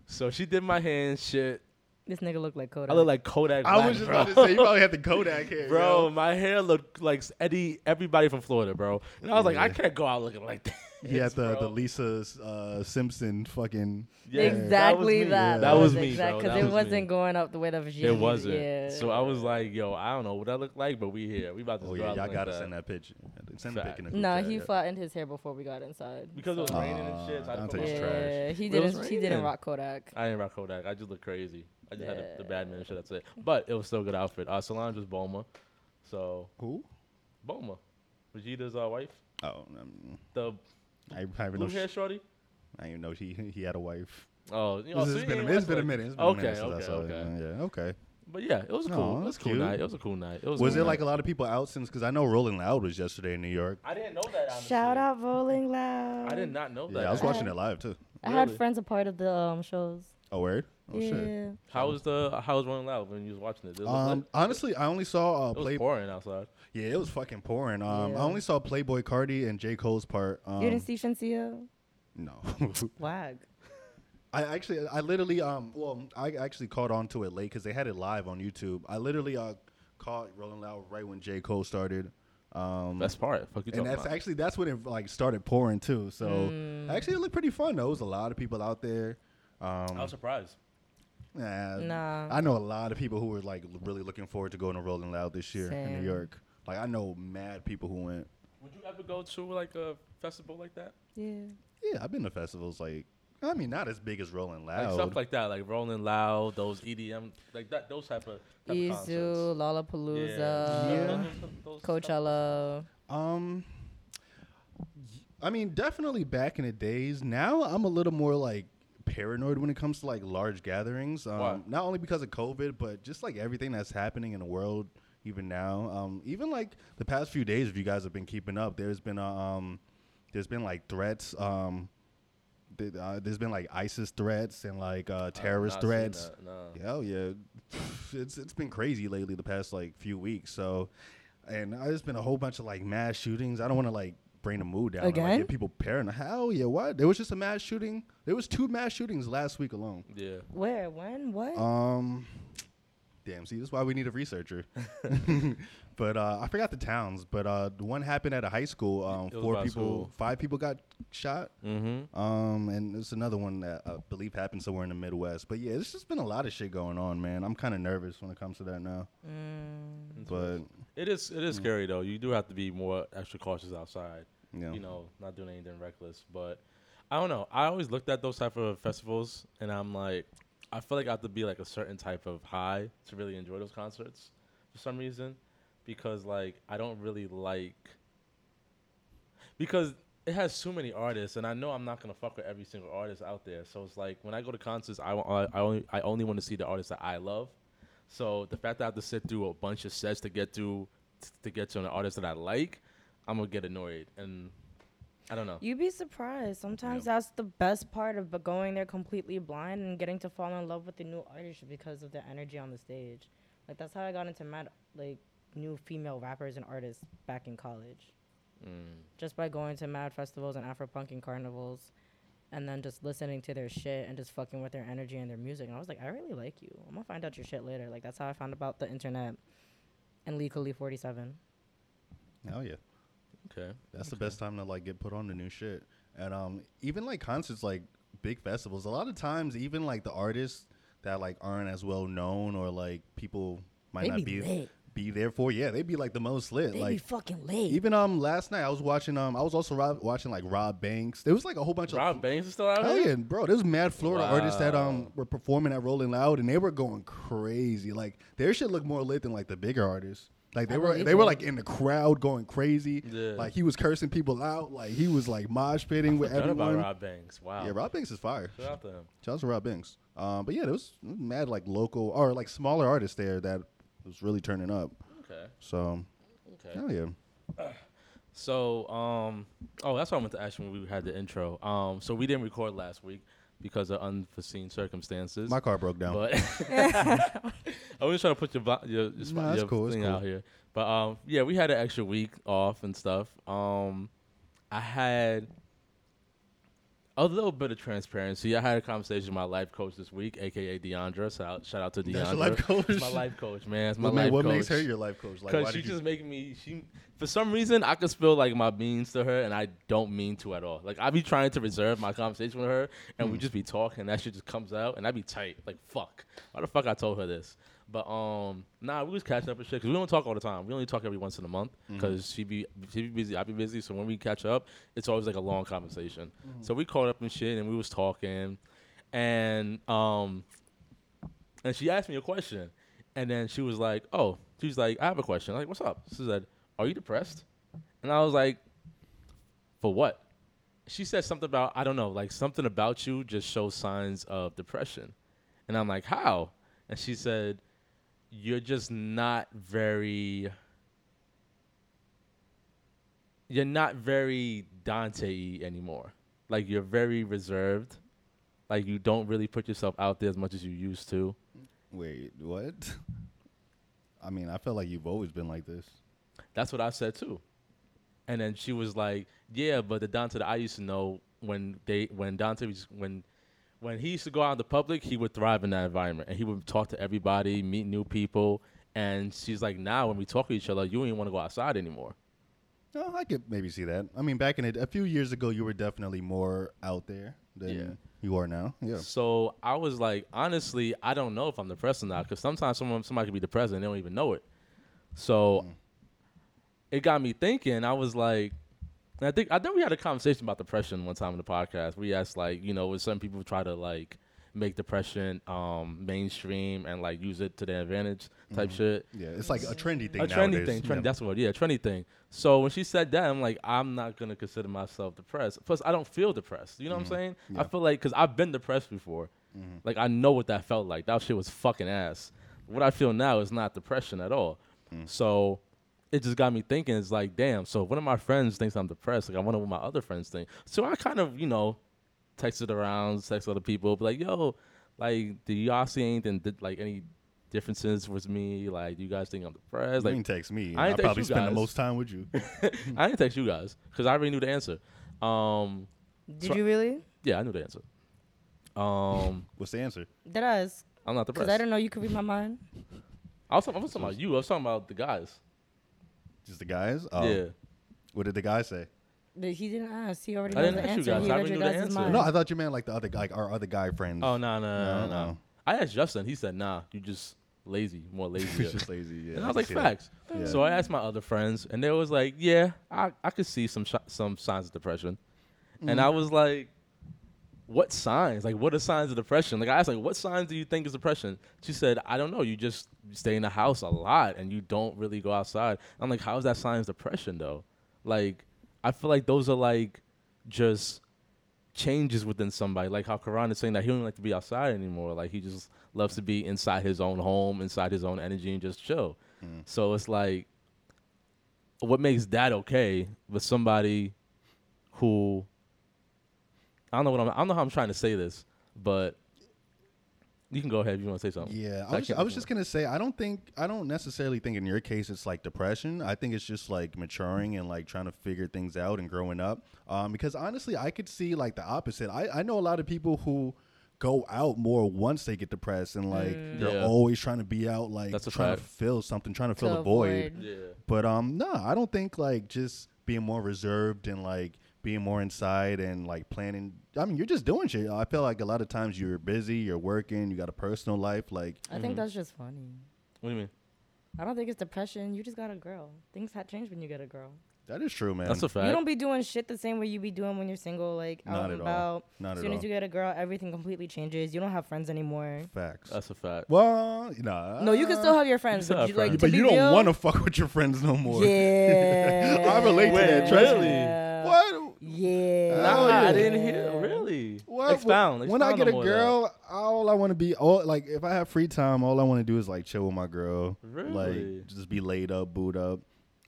Speaker 2: So she did my hand shit.
Speaker 6: This nigga look like Kodak.
Speaker 2: I look like Kodak.
Speaker 1: I
Speaker 2: Black,
Speaker 1: was just
Speaker 2: bro.
Speaker 1: about to say you probably had the Kodak hair,
Speaker 2: *laughs* Bro,
Speaker 1: Yo.
Speaker 2: my hair looked like Eddie, everybody from Florida, bro. And I was like, I can't go out looking like that.
Speaker 1: He had the, the
Speaker 2: bro.
Speaker 1: Lisa uh, Simpson fucking.
Speaker 2: Yeah, that was
Speaker 6: exactly
Speaker 2: me.
Speaker 6: that.
Speaker 1: That
Speaker 2: was me, bro.
Speaker 6: Because
Speaker 2: That
Speaker 6: it
Speaker 2: was me.
Speaker 6: wasn't going up the way that Vegeta.
Speaker 2: It wasn't.
Speaker 6: Yeah.
Speaker 2: So I was like, yo, I don't know what I look like, but we here. We about to
Speaker 1: Oh
Speaker 2: go
Speaker 1: yeah,
Speaker 2: out
Speaker 1: y'all
Speaker 2: like
Speaker 1: gotta
Speaker 2: that.
Speaker 1: send that picture. Send a
Speaker 2: Fact.
Speaker 1: pic in the group
Speaker 6: No,
Speaker 1: chat,
Speaker 6: he
Speaker 1: yeah.
Speaker 6: flattened his hair before we got inside.
Speaker 2: Because it was
Speaker 6: so-
Speaker 2: raining and shit. So I,
Speaker 1: Aw,
Speaker 2: didn't put
Speaker 1: Dante's
Speaker 2: my-
Speaker 1: trash.
Speaker 6: Yeah, he
Speaker 2: It was
Speaker 6: didn't. He didn't
Speaker 2: raining. Ah,
Speaker 6: rock Kodak.
Speaker 2: I didn't rock Kodak. I just looked crazy. I just had the, the
Speaker 6: Yeah.
Speaker 2: Batman shit. That's it. But it was still a good outfit. Uh, Solange was Bulma. So
Speaker 1: Who?
Speaker 2: Bulma, Vegeta's uh, wife,
Speaker 1: Oh, um,
Speaker 2: the
Speaker 1: I, I even know.
Speaker 2: blue hair
Speaker 1: She,
Speaker 2: shorty.
Speaker 1: I even know he he had a wife.
Speaker 2: Oh, you know,
Speaker 1: This
Speaker 2: so
Speaker 1: has
Speaker 2: you
Speaker 1: been a
Speaker 2: ain't
Speaker 1: minute. It's
Speaker 2: watch
Speaker 1: been a
Speaker 2: like-
Speaker 1: minute. It's been
Speaker 2: Okay,
Speaker 1: a minute since
Speaker 2: okay,
Speaker 1: I saw it.
Speaker 2: okay.
Speaker 1: Yeah, okay.
Speaker 2: But yeah, it was a
Speaker 1: No,
Speaker 2: cool. It was
Speaker 1: that's
Speaker 2: a cool
Speaker 1: cute.
Speaker 2: night. It was a cool night. It was. a
Speaker 1: Was
Speaker 2: cool
Speaker 1: there like a
Speaker 2: night.
Speaker 1: lot of people out since? Because I know Rolling Loud was yesterday in New York.
Speaker 2: I didn't know that. Honestly.
Speaker 6: Shout out Rolling Loud.
Speaker 2: I did not know that.
Speaker 1: Yeah, I was
Speaker 2: actually.
Speaker 1: watching it live too.
Speaker 6: I had
Speaker 2: Really?
Speaker 6: friends a part of the um, shows.
Speaker 1: Oh, where? Oh
Speaker 6: yeah.
Speaker 1: shit.
Speaker 2: How was the How was Rolling Loud when you was watching it? Did it look
Speaker 1: Um,
Speaker 2: lit?
Speaker 1: honestly, I only saw uh,
Speaker 2: it was
Speaker 1: Play.
Speaker 2: pouring outside.
Speaker 1: Yeah, it was fucking pouring. Um,
Speaker 6: Yeah.
Speaker 1: I only saw Playboy Cardi and J Cole's part. Um,
Speaker 6: You didn't see Shensia?
Speaker 1: No. *laughs*
Speaker 6: Wag.
Speaker 1: I actually, I literally, um, well, I actually caught on to it late because they had it live on YouTube. I literally uh, caught Rolling Loud right when J Cole started. Um,
Speaker 2: Best part. Fuck you
Speaker 1: and
Speaker 2: talking
Speaker 1: that's
Speaker 2: about.
Speaker 1: actually that's when it like started pouring too. So
Speaker 6: Mm.
Speaker 1: actually, it looked pretty fun. though. There was a lot of people out there. Um,
Speaker 2: I was surprised.
Speaker 1: Nah,
Speaker 6: Nah.
Speaker 1: I know a lot of people who were like l- really looking forward to going to Rolling Loud this year in
Speaker 6: Same.
Speaker 1: New York. Like I know mad people who went.
Speaker 2: Would you ever go to like a festival like that?
Speaker 6: Yeah.
Speaker 1: Yeah, I've been to festivals like I mean not as big as Rolling
Speaker 2: Like
Speaker 1: Loud.
Speaker 2: stuff like that, like Rolling Loud, those EDM, like that, those type of, type of
Speaker 6: Izu, uh,
Speaker 2: concerts.
Speaker 6: Lollapalooza,
Speaker 1: Yeah.
Speaker 2: Those-
Speaker 6: Coachella.
Speaker 1: um I mean definitely back in the days. Now I'm a little more like paranoid when it comes to like large gatherings. Um
Speaker 2: Why?
Speaker 1: not only because of COVID, but just like everything that's happening in the world even now. Um even like the past few days if you guys have been keeping up, there's been a, um there's been like threats um th- uh, there's been like ISIS threats and like uh,
Speaker 2: I've
Speaker 1: terrorist
Speaker 2: not seen
Speaker 1: threats.
Speaker 2: that, no.
Speaker 1: Yeah, Hell yeah, *sighs* it's it's been crazy lately the past like few weeks. So, and I just been a whole bunch of like mass shootings. I don't want to like bring the mood down and like,
Speaker 6: Again?
Speaker 1: get people paranoid. Hell yeah, what? There was just a mass shooting. There was two mass shootings last week alone.
Speaker 2: Yeah.
Speaker 6: Where? When? What?
Speaker 1: Um, damn. See, that's why we need a
Speaker 2: *laughs*
Speaker 1: researcher. *laughs* but uh, I forgot the towns. But uh, the one happened at a high school. Um,
Speaker 2: It was
Speaker 1: four
Speaker 2: by a
Speaker 1: people,
Speaker 2: school.
Speaker 1: five people got shot. Mm-hmm. Um, and there's another one that I believe happened somewhere in the Midwest. But yeah, there's just been a lot of shit going on, man. I'm kind of nervous when it comes to that now. But
Speaker 2: It is it is scary though. You do have to be more extra cautious outside.
Speaker 1: Yeah.
Speaker 2: You know, not doing anything reckless. But I don't know. I always looked at those type of festivals and I'm like I feel like I have to be like a certain type of high to really enjoy those concerts for some reason. Because like I don't really like because it has too many artists and I know I'm not gonna fuck with every single artist out there. So it's like when I go to concerts I, wa- I, I only I only want to see the artists that I love. So the fact that I have to sit through a bunch of sets to get to to get to an artist that I like, I'm gonna get annoyed, and I don't know.
Speaker 6: You'd be surprised. Sometimes that's the best part of b- going there completely blind and getting to fall in love with the new artist because of the energy on the stage. Like that's how I got into mad like new female rappers and artists back in college.
Speaker 1: Mm.
Speaker 6: Just by going to mad festivals and Afro punk and carnivals and then just listening to their shit and just fucking with their energy and their music. And I was like, I really like you. I'm gonna find out your shit later. Like that's how I found about the internet and legally 47.
Speaker 1: hell yeah.
Speaker 2: Okay,
Speaker 1: That's the best time to like get put on the new shit. And um even like concerts like big festivals, a lot of times even like the artists that like aren't as well known or like people might
Speaker 6: They
Speaker 1: not
Speaker 6: be
Speaker 1: be
Speaker 6: lit.
Speaker 1: be there for. Yeah, they'd be like the most lit.
Speaker 6: They
Speaker 1: like
Speaker 6: be fucking late.
Speaker 1: even um last night I was watching um I was also Rob, watching like Rob Banks. There was like a whole bunch
Speaker 2: Rob
Speaker 1: of
Speaker 2: Banks is still out
Speaker 1: Hell
Speaker 2: here.
Speaker 1: yeah, bro. There was mad Florida artists that
Speaker 2: Wow.
Speaker 1: um were performing at Rolling Loud and they were going crazy. Like their shit looked more lit than like the bigger artists. Like they
Speaker 6: I
Speaker 1: were
Speaker 6: believe
Speaker 1: they were
Speaker 6: it.
Speaker 1: like in the crowd going crazy.
Speaker 2: Yeah.
Speaker 1: Like he was cursing people out. Like he was like mosh pitting with
Speaker 2: Forgot
Speaker 1: everyone.
Speaker 2: about Rob Banks. Wow.
Speaker 1: Yeah, Rob Banks is fire.
Speaker 2: Shout out to him.
Speaker 1: Shout out to Rob Banks. Um, but yeah, there was mad like local or like smaller artists there that was really turning up.
Speaker 2: Okay.
Speaker 1: So
Speaker 2: Okay.
Speaker 1: hell yeah.
Speaker 2: So, um, oh, that's what I wanted to ask you when we had the intro. Um, so we didn't record last week because of unforeseen circumstances.
Speaker 1: My car broke down.
Speaker 2: but *laughs* I was trying to put your vi- your, your, spot-
Speaker 1: Nah, that's
Speaker 2: your
Speaker 1: cool, that's
Speaker 2: thing
Speaker 1: cool.
Speaker 2: out here. But um, yeah, we had an extra week off and stuff. Um, I had a little bit of transparency. I had a conversation with my life coach this week, aka Deandra. So out- shout out to Deandra.
Speaker 1: That's your life coach?
Speaker 2: It's my life coach, man. It's my
Speaker 1: what ma-
Speaker 2: life
Speaker 1: what
Speaker 2: coach.
Speaker 1: makes her your life coach? Like
Speaker 2: Because
Speaker 1: why
Speaker 2: she's
Speaker 1: did you
Speaker 2: just making me. She for some reason I could spill like my beans to her, and I don't mean to at all. Like I be trying to reserve my conversation with her, and
Speaker 1: Mm.
Speaker 2: we just be talking. That shit just comes out, and I be tight. Like fuck, why the fuck I told her this? But um, nah, we was catching up and shit because we don't talk all the time. We only talk every once in a month
Speaker 1: Mm-hmm.
Speaker 2: because she be she be busy, I be busy. So when we catch up, it's always like a long conversation.
Speaker 1: Mm.
Speaker 2: So we caught up and shit, and we was talking, and um, and she asked me a question. And then she was like, Oh, she was like, I have a question. like, what's up? She said, Are you depressed? And I was like, For what? She said something about, I don't know, like something about you just shows signs of depression. And I'm like, How? And she said, You're just not very you're not very Dante anymore. Like you're very reserved. Like you don't really put yourself out there as much as you used to.
Speaker 1: Wait, what? I mean, I felt like you've always been like this.
Speaker 2: That's what I said too. And then she was like, "Yeah, but the Dante that I used to know when they when Dante was when when he used to go out in the public, he would thrive in that environment and he would talk to everybody, meet new people." And she's like, "Now when we talk to each other, you don't even want to go outside anymore."
Speaker 1: No, I could maybe see that. I mean, back in it, a few years ago, you were definitely more out there than
Speaker 2: Yeah.
Speaker 1: you are now. Yeah.
Speaker 2: So I was like, honestly, I don't know if I'm depressed or not because sometimes someone somebody could be depressed and they don't even know it. So
Speaker 1: Mm.
Speaker 2: it got me thinking. I was like, and I think I think we had a conversation about depression one time in the podcast. We asked like, you know, when some people try to like make depression um, mainstream and like use it to their advantage type shit.
Speaker 1: Mm-hmm. Yeah, it's like a trendy thing
Speaker 2: A trendy
Speaker 1: nowadays.
Speaker 2: thing, trendy.
Speaker 1: Yeah.
Speaker 2: That's what. Yeah, trendy thing. So when she said that, I'm like, I'm not gonna consider myself depressed. Plus, I don't feel depressed. You know what I'm saying? I feel like because I've been depressed before. Like I know what that felt like. That shit was fucking ass. What I feel now is not depression at all. So it just got me thinking. It's like, damn. So if one of my friends thinks I'm depressed. Like I wonder what my other friends think. So I kind of, you know, texted around, texted other people, be like, yo, like, do y'all see anything that, like any differences with me? Like, do you guys think I'm depressed?
Speaker 1: You
Speaker 2: Like, *laughs*
Speaker 1: ain't text me.
Speaker 2: I
Speaker 1: I,
Speaker 2: ain't text
Speaker 1: probably
Speaker 2: you
Speaker 1: spend the
Speaker 2: guys.
Speaker 1: most time with
Speaker 2: *laughs*
Speaker 1: you.
Speaker 2: I didn't text you guys because I already knew the answer. Um,
Speaker 6: Did you really?
Speaker 2: yeah, I knew the answer. Um,
Speaker 1: What's the answer?
Speaker 6: That us.
Speaker 2: I'm
Speaker 6: *laughs*
Speaker 2: not
Speaker 6: Because
Speaker 2: depressed.
Speaker 6: I
Speaker 2: I,
Speaker 6: don't know. You could read my mind.
Speaker 2: was talking, I was talking about you. I was talking about the guys.
Speaker 1: Just the guys? Oh,
Speaker 2: yeah,
Speaker 1: What did the guy say?
Speaker 6: But he didn't ask. He already
Speaker 2: I
Speaker 6: knows
Speaker 2: didn't
Speaker 6: the
Speaker 2: ask you
Speaker 6: answer.
Speaker 2: guys.
Speaker 6: He
Speaker 2: I
Speaker 6: read
Speaker 2: already
Speaker 6: your
Speaker 2: knew the
Speaker 6: guys'
Speaker 2: answer.
Speaker 6: mind.
Speaker 1: No, I thought you meant like the other guy, like our other guy friends.
Speaker 2: Oh no, no, no,
Speaker 1: No,
Speaker 2: no, no.
Speaker 1: no.
Speaker 2: I asked Justin. He said, "Nah, you just lazy,
Speaker 1: *laughs*
Speaker 2: more lazy."
Speaker 1: He's just lazy. Yeah.
Speaker 2: and I was
Speaker 1: can
Speaker 2: like,
Speaker 1: see that.
Speaker 2: "Facts."
Speaker 1: Yeah.
Speaker 2: So I asked my other friends, and they was like, "Yeah, I I could see some sh- some signs of depression," and I was like. What signs? Like, what are signs of depression? Like, I asked, like, what signs do you think is depression? She said, I don't know. You just stay in the house a lot and you don't really go outside. I'm like, how is that signs of depression though? Like, I feel like those are like just changes within somebody. Like how Karan is saying that he don't like to be outside anymore. Like he just loves to be inside his own home, inside his own energy, and just chill.
Speaker 1: Mm.
Speaker 2: So it's like, what makes that okay with somebody who I don't know what I'm. I don't know how I'm trying to say this, but you can go ahead if you want to say something.
Speaker 1: Yeah,
Speaker 2: That
Speaker 1: I was,
Speaker 2: shit
Speaker 1: I was
Speaker 2: before.
Speaker 1: just gonna say I don't think I don't necessarily think in your case it's like depression. I think it's just like maturing and like trying to figure things out and growing up. Um, because honestly, I could see like the opposite. I I know a lot of people who go out more once they get depressed and like they're
Speaker 2: Yeah.
Speaker 1: always trying to be out like
Speaker 2: That's a
Speaker 1: trying to
Speaker 2: fact.
Speaker 1: fill something, trying to,
Speaker 6: To
Speaker 1: fill a void.
Speaker 6: avoid.
Speaker 2: yeah.
Speaker 1: But um, no, I don't think like just being more reserved and like being more inside and like planning. I mean, you're just doing shit. I feel like a lot of times
Speaker 2: Mm-hmm.
Speaker 1: you're busy, you're working, you got a personal life, like.
Speaker 6: I think that's just funny.
Speaker 2: What do you mean?
Speaker 6: I don't think it's depression. You just got a girl. Things have changed when you get a girl.
Speaker 1: That is true, man.
Speaker 2: That's a
Speaker 6: You
Speaker 2: fact.
Speaker 6: don't be doing shit the same way you be doing when you're single, like out
Speaker 1: Not at
Speaker 6: and
Speaker 1: all.
Speaker 6: about.
Speaker 1: Not
Speaker 6: as
Speaker 1: at
Speaker 6: soon
Speaker 1: all.
Speaker 6: as you get a girl, everything completely changes. You don't have friends anymore.
Speaker 1: Facts.
Speaker 2: That's a fact.
Speaker 1: well, nah.
Speaker 6: No, you can still have your friends,
Speaker 2: still
Speaker 6: but
Speaker 2: have
Speaker 6: you like
Speaker 2: friends.
Speaker 6: to
Speaker 1: Uh, But
Speaker 6: be
Speaker 1: you don't
Speaker 6: real-
Speaker 1: want to fuck with your friends no more.
Speaker 6: Yeah.
Speaker 1: *laughs* I relate to that. Trust me.
Speaker 6: Yeah.
Speaker 1: What?
Speaker 6: Yeah.
Speaker 2: Nah, I
Speaker 1: yeah.
Speaker 2: didn't hear. Really?
Speaker 1: What?
Speaker 2: Expound.
Speaker 1: When I
Speaker 2: expound
Speaker 1: get
Speaker 2: on uh,
Speaker 1: a
Speaker 2: more of that.
Speaker 1: girl, all I want to be, all like, if I have free time, all I want to do is like chill with my girl.
Speaker 2: Really?
Speaker 1: Like, just be laid up, boot up.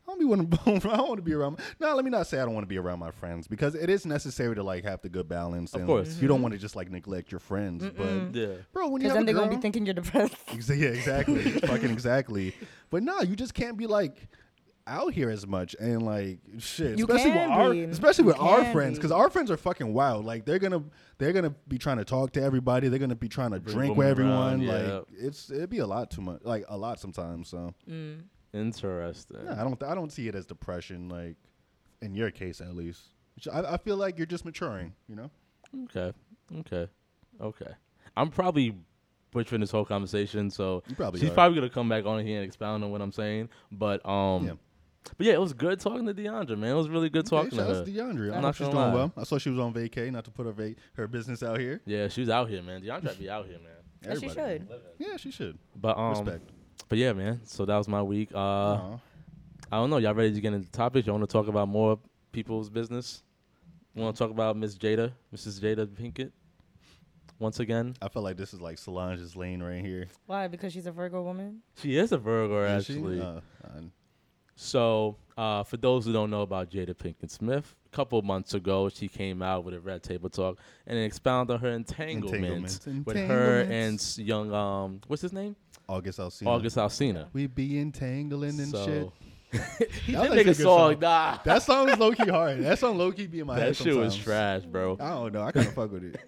Speaker 1: I don't *laughs* be want to. I don't want to be around. No, let me not say I don't want to be around my friends because it is necessary to like have the good balance.
Speaker 2: Of
Speaker 1: and
Speaker 2: course.
Speaker 1: you don't want to just like neglect your friends. But
Speaker 2: Yeah.
Speaker 1: bro, when you
Speaker 6: Because
Speaker 1: have
Speaker 6: then
Speaker 1: a
Speaker 6: they're
Speaker 1: girl,
Speaker 6: gonna be thinking you're depressed. *laughs*
Speaker 1: *laughs* Exa- Yeah, exactly. Fucking exactly. But no, you just can't be like out here as much and like shit.
Speaker 6: You
Speaker 1: especially
Speaker 6: can
Speaker 1: with our
Speaker 6: be.
Speaker 1: especially
Speaker 6: You
Speaker 1: with our
Speaker 6: can
Speaker 1: friends, because
Speaker 6: be.
Speaker 1: our friends are fucking wild. Like they're gonna they're gonna be trying to talk to everybody. They're gonna be trying to
Speaker 2: Bring
Speaker 1: drink
Speaker 2: women
Speaker 1: with everyone.
Speaker 2: around, yeah.
Speaker 1: Like it's it'd be a lot too much. Like a lot sometimes. So
Speaker 6: Mm.
Speaker 2: Interesting.
Speaker 1: no, I don't I don't see it as depression. Like in your case at least, Which I, I feel like you're just maturing. You know.
Speaker 2: Okay. Okay. Okay. I'm probably butchering this whole conversation, so
Speaker 1: You probably
Speaker 2: she's
Speaker 1: are.
Speaker 2: probably gonna come back on here and expound on what I'm saying. But um,
Speaker 1: Yeah.
Speaker 2: but yeah, it was good talking to DeAndre, man. It was really good
Speaker 1: Okay,
Speaker 2: talking
Speaker 1: shout
Speaker 2: to
Speaker 1: out to
Speaker 2: her.
Speaker 1: DeAndre. I
Speaker 2: I'm
Speaker 1: know
Speaker 2: not
Speaker 1: she's
Speaker 2: gonna
Speaker 1: doing
Speaker 2: lie.
Speaker 1: well. I saw she was on vacay, not to put her vac- her business out here.
Speaker 2: Yeah, she was out here, man. DeAndre be out here, man.
Speaker 6: As she
Speaker 1: Everybody.
Speaker 6: should.
Speaker 1: Yeah, she should.
Speaker 2: But um,
Speaker 1: Respect.
Speaker 2: but yeah, man. So that was my week. Uh,
Speaker 1: Uh-huh.
Speaker 2: I don't know. Y'all ready to get into topics? Y'all want to talk about more people's business? Want to talk about Miss Jada, Mrs. Jada Pinkett, once again?
Speaker 1: I feel like this is like Solange's lane right here.
Speaker 6: Why? Because she's a Virgo woman.
Speaker 2: She is a Virgo,
Speaker 1: Is she?
Speaker 2: actually.
Speaker 1: Uh, I-
Speaker 2: So, uh, for those who don't know about Jada Pinkett Smith, a couple months ago, she came out with a Red Table Talk and expounded on her entanglement
Speaker 1: Entanglements.
Speaker 2: with her and
Speaker 1: Entanglements.
Speaker 2: s- young, um, what's his name?
Speaker 1: August Alsina.
Speaker 2: August Alsina.
Speaker 1: We be entangling and shit.
Speaker 2: So, he
Speaker 1: That was
Speaker 2: did make
Speaker 1: a
Speaker 2: a
Speaker 1: good
Speaker 2: song.
Speaker 1: song.
Speaker 2: Nah,
Speaker 1: That song's low key hard. That song low key be in my head.
Speaker 2: that shit was
Speaker 1: sometimes.
Speaker 2: trash, bro.
Speaker 1: I don't know. I kind of fuck with it.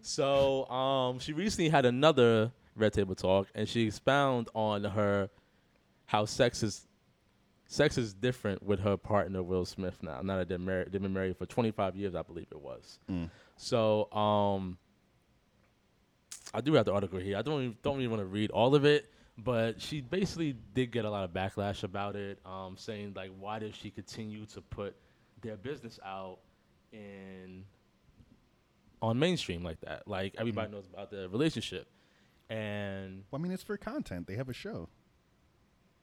Speaker 2: So, um, she recently had another Red Table Talk, and she expound on her how sex is sex is different with her partner Will Smith now. Now that they're married, they've been married for 25 years, I believe it was. So, um, I do have the article here. I don't even, don't even want to read all of it, but she basically did get a lot of backlash about it, um, saying like, why does she continue to put their business out in on mainstream like that? Like
Speaker 1: Mm.
Speaker 2: everybody knows about their relationship, and
Speaker 1: I mean, it's for content. They have a show.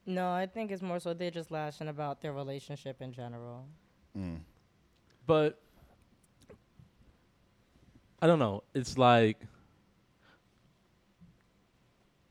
Speaker 6: No, I think it's more so they're just lashing about their relationship in general.
Speaker 2: but I don't know. It's like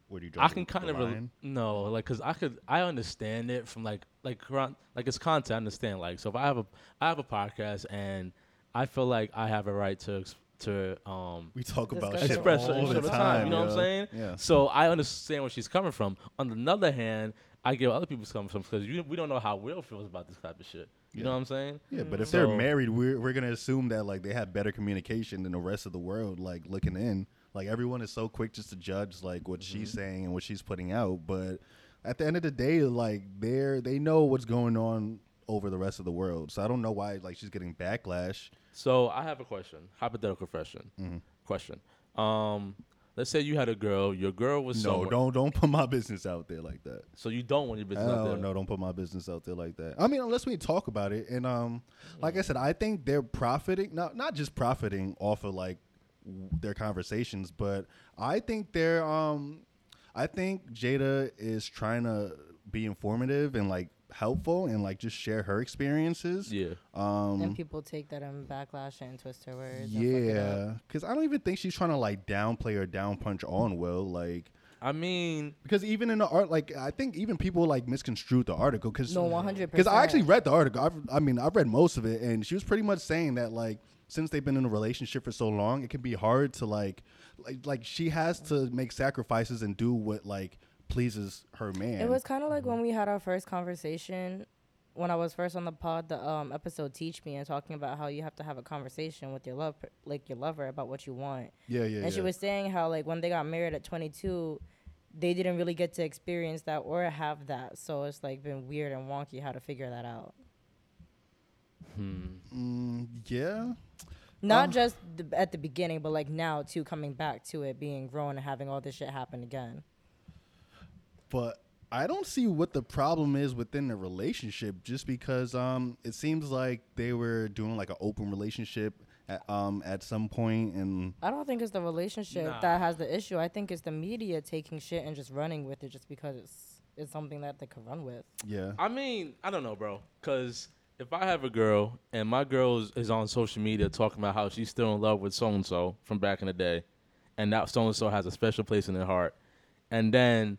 Speaker 1: Where do you draw
Speaker 2: I
Speaker 1: the-
Speaker 2: can kind
Speaker 1: the
Speaker 2: of rel-
Speaker 1: line?
Speaker 2: no, like, cause I could I understand it from like like current like it's content. I understand like so if I have a I have a podcast and I feel like I have a right to ex- to um
Speaker 1: We talk about
Speaker 6: Discuss
Speaker 1: shit
Speaker 2: express
Speaker 1: all
Speaker 2: certain
Speaker 1: the
Speaker 2: shit
Speaker 1: time.
Speaker 2: all the time. You know what
Speaker 1: yo.
Speaker 2: I'm saying?
Speaker 1: Yeah.
Speaker 2: So I understand where she's coming from. On the other hand, I get where other people's coming from because we don't know how Will feels about this type of shit. You know
Speaker 1: Yeah.
Speaker 2: what I'm saying?
Speaker 1: Yeah, but if
Speaker 2: So-
Speaker 1: they're married, we're we're gonna assume that like they have better communication than the rest of the world. Like looking in, like everyone is so quick just to judge like what she's saying and what she's putting out. But at the end of the day, like they're they know what's going on over the rest of the world. So I don't know why like she's getting backlash.
Speaker 2: So I have a question, hypothetical question.
Speaker 1: Mm-hmm.
Speaker 2: Question. Um, let's say you had a girl. Your girl was
Speaker 1: No,
Speaker 2: somewhere-
Speaker 1: don't don't put my *laughs* business out there like that.
Speaker 2: So you don't want your business out
Speaker 1: Oh
Speaker 2: there.
Speaker 1: no, don't put my business out there like that. I mean, unless we talk about it, and um, like I said, I think they're profiting not not just profiting off of like w- their conversations, but I think they're um, I think Jada is trying to be informative and like helpful and like just share her experiences.
Speaker 2: Yeah.
Speaker 6: and people take that and backlash it and twist her words. and fuck it up.
Speaker 1: Um, Yeah, because I don't even think she's trying to like downplay or down punch on Will. Like,
Speaker 2: I mean,
Speaker 1: because even in the art, like I think even people like misconstrued the article because
Speaker 6: No, one hundred percent.
Speaker 1: because I actually read the article. I've, I mean, I've read most of it, and she was pretty much saying that like since they've been in a relationship for so long, it can be hard to like, like, like she has to make sacrifices and do what like pleases her man.
Speaker 6: It was kind of like when we had our first conversation when I was first on the pod, the um, episode "Teach Me" and talking about how you have to have a conversation with your love, like your lover, about what you want.
Speaker 1: yeah, yeah,
Speaker 6: and she
Speaker 1: yeah.
Speaker 6: was saying how like when they got married at 22, they didn't really get to experience that or have that, so it's like been weird and wonky how to figure that out.
Speaker 1: yeah.
Speaker 6: Not just the, at the beginning, but like now too, coming back to it, being grown and having all this shit happen again.
Speaker 1: But I don't see what the problem is within the relationship, just because um, it seems like they were doing like an open relationship at, um, at some point, and
Speaker 6: I don't think it's the relationship
Speaker 2: Nah.
Speaker 6: that has the issue. I think it's the media taking shit and just running with it just because it's it's something that they could run with.
Speaker 1: yeah,
Speaker 2: I mean, I don't know, bro. Cause if I have a girl and my girl is, is on social media talking about how she's still in love with so and so from back in the day, and that so and so has a special place in her heart, and then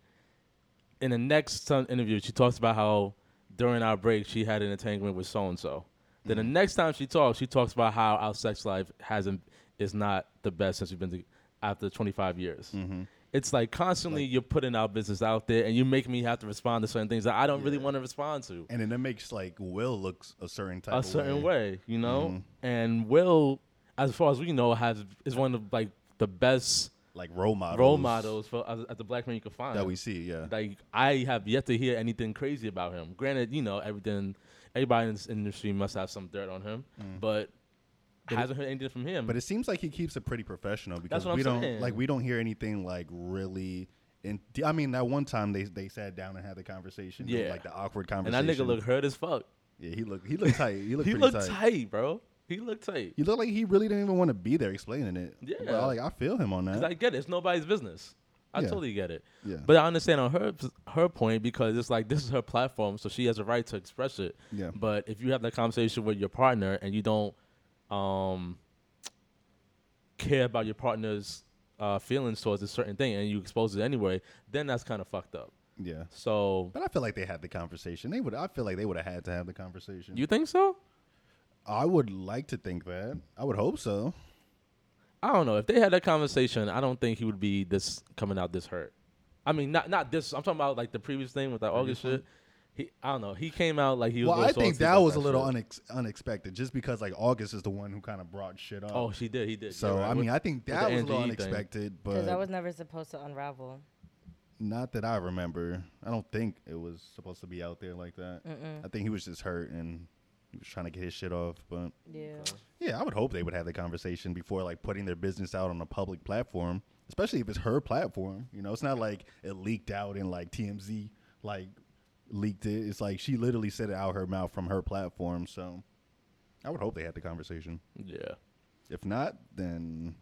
Speaker 2: in the next some interview she talks about how during our break she had an entanglement with so and so. Then the next time she talks, she talks about how our sex life hasn't is not the best since we've been to, after 25 years. It's like constantly you're putting our business out there, and you make me have to respond to certain things that I don't really want to respond to
Speaker 1: and then it makes like Will looks a certain type,
Speaker 2: a
Speaker 1: of Mm-hmm.
Speaker 2: certain way, you know. And Will, as far as we know, has is one of like the best
Speaker 1: like role models,
Speaker 2: role models for as, as the black man you can find
Speaker 1: that we see, yeah,
Speaker 2: Like I have yet to hear anything crazy about him. Granted, you know everything. Everybody in this industry must have some dirt on him, but, hasn't heard anything from him.
Speaker 1: Mm-hmm. But it seems like he keeps it pretty professional because
Speaker 2: what I'm
Speaker 1: we don't
Speaker 2: saying.
Speaker 1: like we don't hear anything like really. In, I mean, that one time they they sat down and had the conversation,
Speaker 2: Yeah.
Speaker 1: like the awkward
Speaker 2: and
Speaker 1: conversation.
Speaker 2: that nigga looked hurt as fuck.
Speaker 1: yeah, he looked he looked tight. He looked
Speaker 2: *laughs* He
Speaker 1: pretty
Speaker 2: looked tight.
Speaker 1: tight.
Speaker 2: bro. He looked tight.
Speaker 1: He looked like he really didn't even want to be there explaining it. But,
Speaker 2: Yeah.
Speaker 1: like I feel him on that.
Speaker 2: Because I get it. It's nobody's business. I
Speaker 1: Yeah.
Speaker 2: totally get it.
Speaker 1: Yeah.
Speaker 2: But I understand on her her point because it's like this is her platform, so she has a right to express it.
Speaker 1: Yeah.
Speaker 2: But if you have that conversation with your partner and you don't um, care about your partner's uh, feelings towards a certain thing and you expose it anyway, then that's kind of fucked up.
Speaker 1: yeah.
Speaker 2: So
Speaker 1: But I feel like they had the conversation. They would. I feel like they would have had to have the conversation.
Speaker 2: you think so?
Speaker 1: I would like to think that. I would hope so.
Speaker 2: I don't know. If they had that conversation, I don't think he would be this coming out this hurt. I mean, not not this. I'm talking about like the previous thing with that August shit. He, I don't know. He came out like he was.
Speaker 1: Well,
Speaker 2: a little
Speaker 1: I think
Speaker 2: salty
Speaker 1: that
Speaker 2: about
Speaker 1: was a little
Speaker 2: shit.
Speaker 1: unex- unexpected, just because like August is the one who kind of brought shit up.
Speaker 2: Oh, she did. He did.
Speaker 1: so
Speaker 2: You're right.
Speaker 1: I
Speaker 2: With-
Speaker 1: mean, I think
Speaker 2: with
Speaker 1: that
Speaker 2: the
Speaker 1: was a little
Speaker 2: NGE thing.
Speaker 1: unexpected,
Speaker 6: Because
Speaker 1: but
Speaker 6: that was never supposed to unravel.
Speaker 1: not that I remember. I don't think it was supposed to be out there like that. I think he was just hurt and he was trying to get his shit off. But
Speaker 6: Yeah.
Speaker 1: yeah, I would hope they would have the conversation before like putting their business out on a public platform, especially if it's her platform. You know, it's not like it leaked out and like TMZ like leaked it. It's like she literally said it out her mouth from her platform. So I would hope they had the conversation.
Speaker 2: Yeah.
Speaker 1: If not, then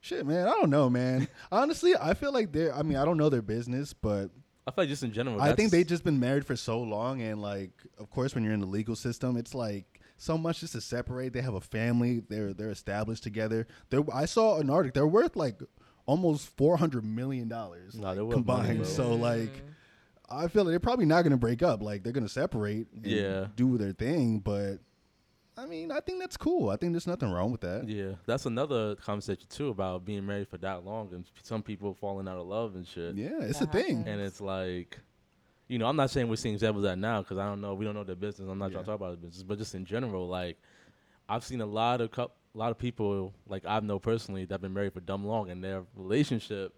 Speaker 1: shit, man. I don't know, man. Honestly, I feel like they're. I mean, I don't know their business, but
Speaker 2: I feel like just in general.
Speaker 1: I think they
Speaker 2: that's-
Speaker 1: just been married for so long, and like, of course, when you're in the legal system, it's like so much just to separate. They have a family. They're they're established together. They're, I saw an article. They're worth like almost four hundred million dollars
Speaker 2: Nah, they're worth money,
Speaker 1: combined.
Speaker 2: bro.
Speaker 1: so like. I feel like they're probably not going to break up. Like they're going to separate, and
Speaker 2: Yeah.
Speaker 1: do their thing. But I mean, I think that's cool. I think there's nothing wrong with that.
Speaker 2: Yeah, that's another conversation too about being married for that long and some people falling out of love and shit.
Speaker 1: Yeah, it's a thing.
Speaker 2: And it's like, you know, I'm not saying we're seeing examples of that now because I don't know. We don't know their business. I'm not trying to talk about the business, but just in general, like, I've seen a lot of cou- a lot of people like I've known personally that have been married for dumb long, and their relationship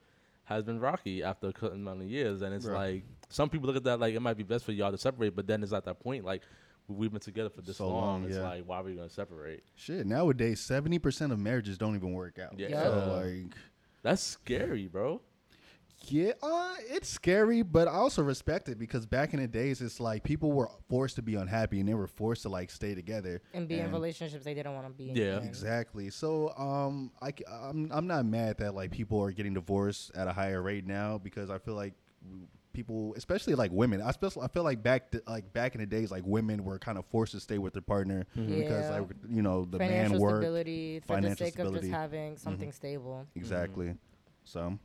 Speaker 2: has been rocky after a certain amount of years. And it's
Speaker 1: Right.
Speaker 2: like some people look at that like it might be best for y'all to separate, but then it's at that point like we've been together for this
Speaker 1: So
Speaker 2: long,
Speaker 1: long,
Speaker 2: It's
Speaker 1: yeah.
Speaker 2: like why are we gonna separate?
Speaker 1: Shit, nowadays seventy percent of marriages don't even work out.
Speaker 2: Yeah.
Speaker 1: So like
Speaker 2: That's scary, bro.
Speaker 1: yeah, uh, it's scary, but I also respect it because back in the days it's like people were forced to be unhappy and they were forced to like stay together.
Speaker 6: And be in relationships they didn't want to be in.
Speaker 2: Yeah.
Speaker 6: And-
Speaker 1: Exactly. So um I am I'm not mad that like people are getting divorced at a higher rate now because I feel like people especially like women I feel, I feel like back th- like back in the days like women were kind of forced to stay with their partner
Speaker 2: Mm-hmm.
Speaker 1: because
Speaker 6: Yeah.
Speaker 1: like you know the
Speaker 6: financial
Speaker 1: man worked
Speaker 6: stability for the
Speaker 1: financial
Speaker 6: sake of
Speaker 1: stability. Mm-hmm.
Speaker 6: just having something stable.
Speaker 1: Exactly. So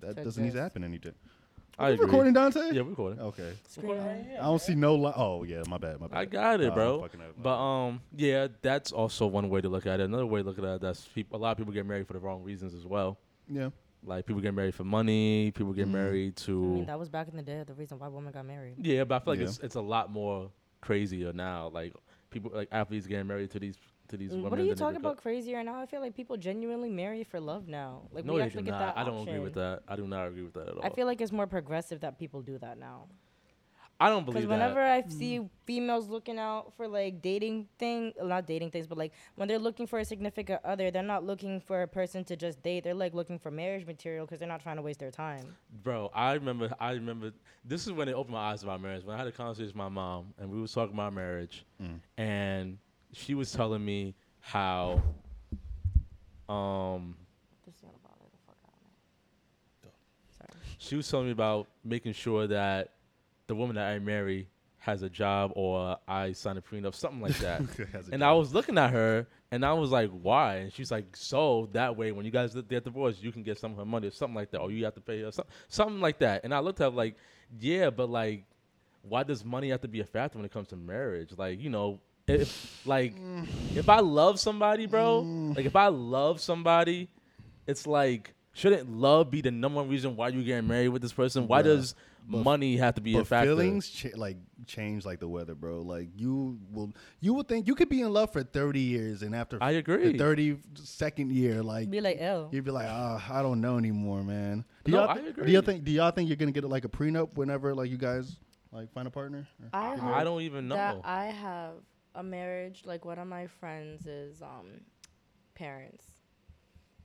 Speaker 1: that
Speaker 6: So
Speaker 1: doesn't need to
Speaker 6: just-
Speaker 1: happen anytime.
Speaker 2: Mm-hmm. I
Speaker 1: you
Speaker 2: agree.
Speaker 1: recording Dante?
Speaker 2: Yeah, we're recording.
Speaker 1: Okay.
Speaker 2: Recording right here.
Speaker 1: I don't see no. Li- oh yeah, my bad. My bad.
Speaker 2: I got
Speaker 1: Oh,
Speaker 2: it,
Speaker 1: I'm
Speaker 2: bro.
Speaker 1: fucking up.
Speaker 2: But um, yeah, that's also one way to look at it. Another way to look at it that's people, a lot of people get married for the wrong reasons as well.
Speaker 1: yeah.
Speaker 2: Like people get married for money. People get married
Speaker 6: Mm. I
Speaker 2: to
Speaker 6: mean, that was back in the day the reason why women got married.
Speaker 2: yeah, but I feel like
Speaker 1: Yeah.
Speaker 2: it's it's a lot more crazier now. Like people like athletes getting married to these to these women.
Speaker 6: Mm, What are you
Speaker 2: than they
Speaker 6: talking
Speaker 2: look
Speaker 6: about
Speaker 2: up-
Speaker 6: crazier now? I feel like people genuinely marry for love now. Like
Speaker 2: No,
Speaker 6: we
Speaker 2: they
Speaker 6: actually
Speaker 2: do
Speaker 6: get
Speaker 2: not.
Speaker 6: that.
Speaker 2: I don't agree with
Speaker 6: option.
Speaker 2: that. I do not agree with that at all.
Speaker 6: I feel like it's more progressive that people do that now.
Speaker 2: I don't believe
Speaker 6: Because
Speaker 2: that.
Speaker 6: whenever I see females looking out for like dating thing, not dating things, but like when they're looking for a significant other, they're not looking for a person to just date. They're like looking for marriage material because they're not trying to waste their time.
Speaker 2: Bro, I remember. I remember. This is when it opened my eyes about marriage. When I had a conversation with my mom, and we was talking about marriage, and she was telling me how, um, she was telling me about making sure that the woman that I marry has a job or I sign a prenup, something
Speaker 1: *laughs*
Speaker 2: like that.
Speaker 1: Has a
Speaker 2: and I was looking at her and I was like, why? And she's like, so that way when you guys get divorced, you can get some of her money or something like that, or you have to pay her something, something like that. And I looked at her like, yeah, but like, why does money have to be a factor when it comes to marriage? Like, you know, if like
Speaker 1: Mm.
Speaker 2: if I love somebody, bro, like if I love somebody, it's like shouldn't love be the number one reason why you getting married with this person? Why does money have to be a
Speaker 1: But
Speaker 2: factor?
Speaker 1: feelings cha- like change like the weather, bro. Like you will, you will think you could be in love for thirty years, and after
Speaker 2: I agree.
Speaker 1: the thirty second year, like
Speaker 6: Be like, ew.
Speaker 1: you'd be like, ah, I don't know anymore, man. Do
Speaker 2: No,
Speaker 1: y'all,
Speaker 2: I
Speaker 1: thi- Do
Speaker 2: agree.
Speaker 1: y'all think? Do y'all think you're gonna get like a prenup whenever like you guys like find a partner? Or-
Speaker 6: I,
Speaker 2: I don't even
Speaker 6: that
Speaker 2: know.
Speaker 6: I have a marriage. Like one of my friends is um, parents.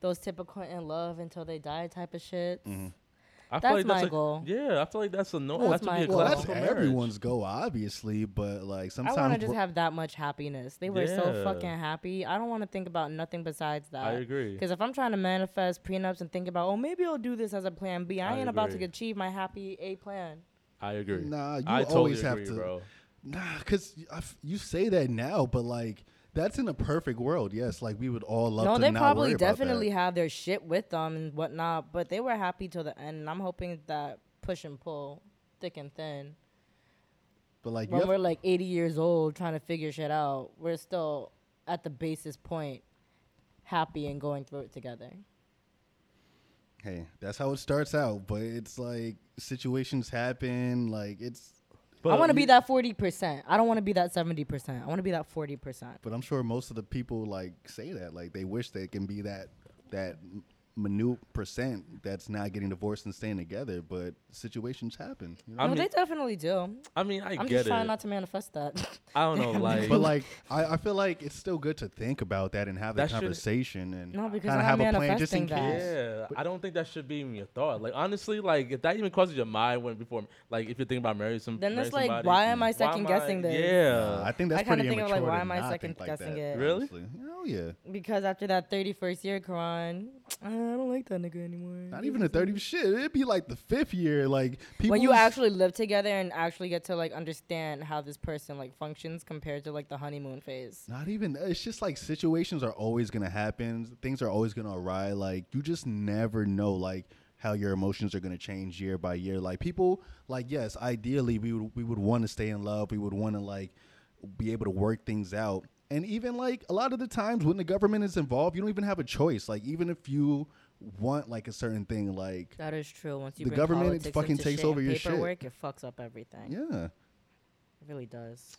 Speaker 6: Those typical in love until they die type of shit.
Speaker 2: I
Speaker 6: That's my
Speaker 2: that's a,
Speaker 6: goal.
Speaker 2: Yeah, I feel like that's a no.
Speaker 6: That's
Speaker 2: That's that should
Speaker 6: my
Speaker 2: be a
Speaker 6: goal.
Speaker 1: Well, that's
Speaker 2: classical marriage.
Speaker 1: everyone's go, obviously, but like
Speaker 6: I
Speaker 1: sometimes
Speaker 6: want to just
Speaker 1: we're-
Speaker 6: have that much happiness. They were so
Speaker 2: Yeah.
Speaker 6: fucking happy. I don't want to think about nothing besides that.
Speaker 2: I agree.
Speaker 6: Because if I'm trying to manifest prenups and think about, oh, maybe I'll do this as a plan B, I,
Speaker 2: I
Speaker 6: ain't about to
Speaker 2: agree.
Speaker 6: achieve my happy A plan.
Speaker 2: I agree.
Speaker 1: Nah, you
Speaker 2: I
Speaker 1: always
Speaker 2: totally
Speaker 1: have
Speaker 2: agree,
Speaker 1: to-
Speaker 2: Bro.
Speaker 1: Nah, because you say that now, but like that's in a perfect world. Yes, like we would all love
Speaker 6: No,
Speaker 1: to
Speaker 6: they
Speaker 1: not
Speaker 6: probably
Speaker 1: worry about that.
Speaker 6: definitely have their shit with them and whatnot, but they were happy till the end. And I'm hoping that push and pull, thick and thin.
Speaker 1: But like, you
Speaker 6: When
Speaker 1: have-
Speaker 6: we're like 80 years old trying to figure shit out, we're still at the basis point, happy and going through it together.
Speaker 1: hey, that's how it starts out. But it's like situations happen. Like it's,
Speaker 2: But
Speaker 6: I want to
Speaker 2: you-
Speaker 6: be that 40%. I don't want to be that 70%. I want to be that 40%.
Speaker 1: but I'm sure most of the people like say that. Like they wish they can be that that m- minute percent that's not getting divorced and staying together. But situations happen. You know?
Speaker 2: I
Speaker 6: no,
Speaker 2: mean,
Speaker 6: they definitely do.
Speaker 2: I mean, I
Speaker 6: I'm
Speaker 2: get
Speaker 6: just
Speaker 2: it.
Speaker 6: trying not to manifest that. *laughs*
Speaker 2: I don't know, like,
Speaker 1: But like, I, I feel like it's still good to think about that and have that
Speaker 2: That should-
Speaker 1: conversation and
Speaker 6: No, because
Speaker 1: kind of
Speaker 6: I'm
Speaker 1: have a plan just in
Speaker 6: manifesting that.
Speaker 1: case.
Speaker 2: yeah, I don't think that should be even your thought. Like, honestly, like if that even crosses your mind when before, like if you're thinking about marrying some,
Speaker 6: Then it's
Speaker 2: marrying
Speaker 6: like,
Speaker 2: somebody,
Speaker 6: why am I second guessing this?
Speaker 1: Uh, I
Speaker 2: Yeah,
Speaker 1: think
Speaker 6: I
Speaker 1: that's
Speaker 6: kinda
Speaker 1: pretty
Speaker 6: think of, like,
Speaker 1: immature.
Speaker 6: why
Speaker 1: to
Speaker 6: am I
Speaker 1: not
Speaker 6: second
Speaker 1: think like
Speaker 6: guessing
Speaker 1: that,
Speaker 6: it?
Speaker 2: Really?
Speaker 1: honestly. Hell yeah.
Speaker 6: because after that 31st year, Quran, I don't like that nigga anymore.
Speaker 1: Not even the thirty shit. It'd be like the fifth year. Like people.
Speaker 6: when you
Speaker 1: is-
Speaker 6: actually live together and actually get to like understand how this person like functions compared to like the honeymoon phase.
Speaker 1: Not even. that. It's just like situations are always gonna happen. Things are always gonna awry. Like you just never know. Like how your emotions are gonna change year by year. Like people. Like yes, ideally we would we would want to stay in love. We would want to like be able to work things out. And even like a lot of the times when the government is involved, you don't even have a choice. Like even if you want like a certain thing, like
Speaker 6: That is true. Once you
Speaker 1: The
Speaker 6: bring
Speaker 1: government
Speaker 6: politics
Speaker 1: fucking
Speaker 6: into
Speaker 1: takes
Speaker 6: shit and
Speaker 1: over your shit.
Speaker 6: paperwork, it fucks up everything.
Speaker 1: yeah,
Speaker 6: It really does.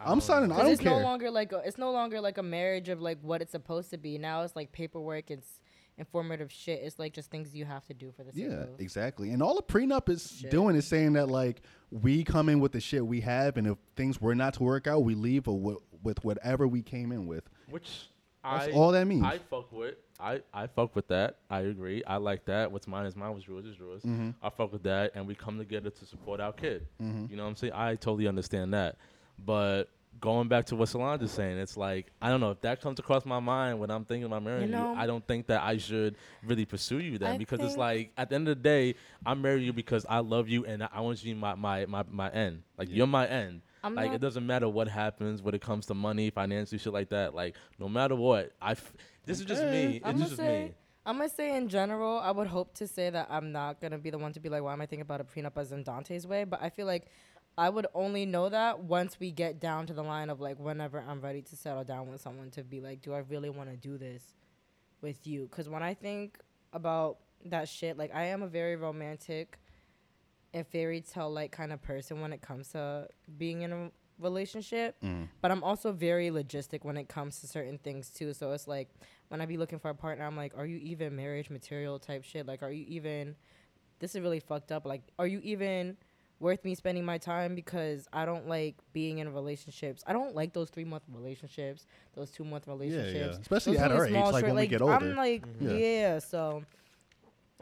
Speaker 1: I'm signing. I
Speaker 6: Because
Speaker 1: don't
Speaker 6: it's no
Speaker 1: care.
Speaker 6: longer like a, it's no longer like a marriage of like what it's supposed to be. Now it's like paperwork. It's informative shit. It's like just things you have to do for the sake
Speaker 1: Yeah, e-,
Speaker 6: of.
Speaker 1: exactly. And all a prenup is doing is saying that like we come in with the shit we have, and if things were not to work out, we leave or wi- with whatever we came in with.
Speaker 2: which
Speaker 1: That's
Speaker 2: I,
Speaker 1: all that means.
Speaker 2: I fuck with. I, I fuck with that. I agree. I like that. What's mine is mine. What's yours is yours.
Speaker 1: Mm-hmm.
Speaker 2: I fuck with that, and we come together to support our kid. You know what I'm saying? I totally understand that. But going back to what Solange is saying, it's like I don't know if that comes across my mind when I'm thinking about marrying you.
Speaker 6: know-
Speaker 2: I don't think that I should really pursue you then
Speaker 6: I
Speaker 2: because it's
Speaker 6: think-
Speaker 2: like at the end of the day, I marry you because I love you and I- I want you to be my my my, my end. Like you're my end.
Speaker 6: I'm
Speaker 2: like
Speaker 6: not-
Speaker 2: it doesn't matter what happens when it comes to money, financially, shit like that. Like no matter what, I. F- this is just me.
Speaker 6: I'm
Speaker 2: It's
Speaker 6: gonna
Speaker 2: just me.
Speaker 6: say, I'm gonna say in general, I would hope to say that I'm not gonna be the one to be like, why am I thinking about a prenup as in Dante's way? But I feel like I would only know that once we get down to the line of like whenever I'm ready to settle down with someone to be like, do I really want to do this with you? Because when I think about that shit, like I am a very romantic and fairy tale like kind of person when it comes to being in a relationship.
Speaker 1: Mm.
Speaker 6: But I'm also very logistic when it comes to certain things too. So it's like when I be looking for a partner, I'm like, are you even marriage material type shit? Like, are you even? This is really fucked up. Like, are you even worth me spending my time because I don't like being in relationships. I don't like those three month relationships, those two month relationships,
Speaker 1: Especially
Speaker 6: those
Speaker 1: at
Speaker 6: really
Speaker 1: our age,
Speaker 6: small
Speaker 1: like,
Speaker 6: short-
Speaker 1: when we get older.
Speaker 6: I'm like,
Speaker 1: Yeah.
Speaker 6: yeah. so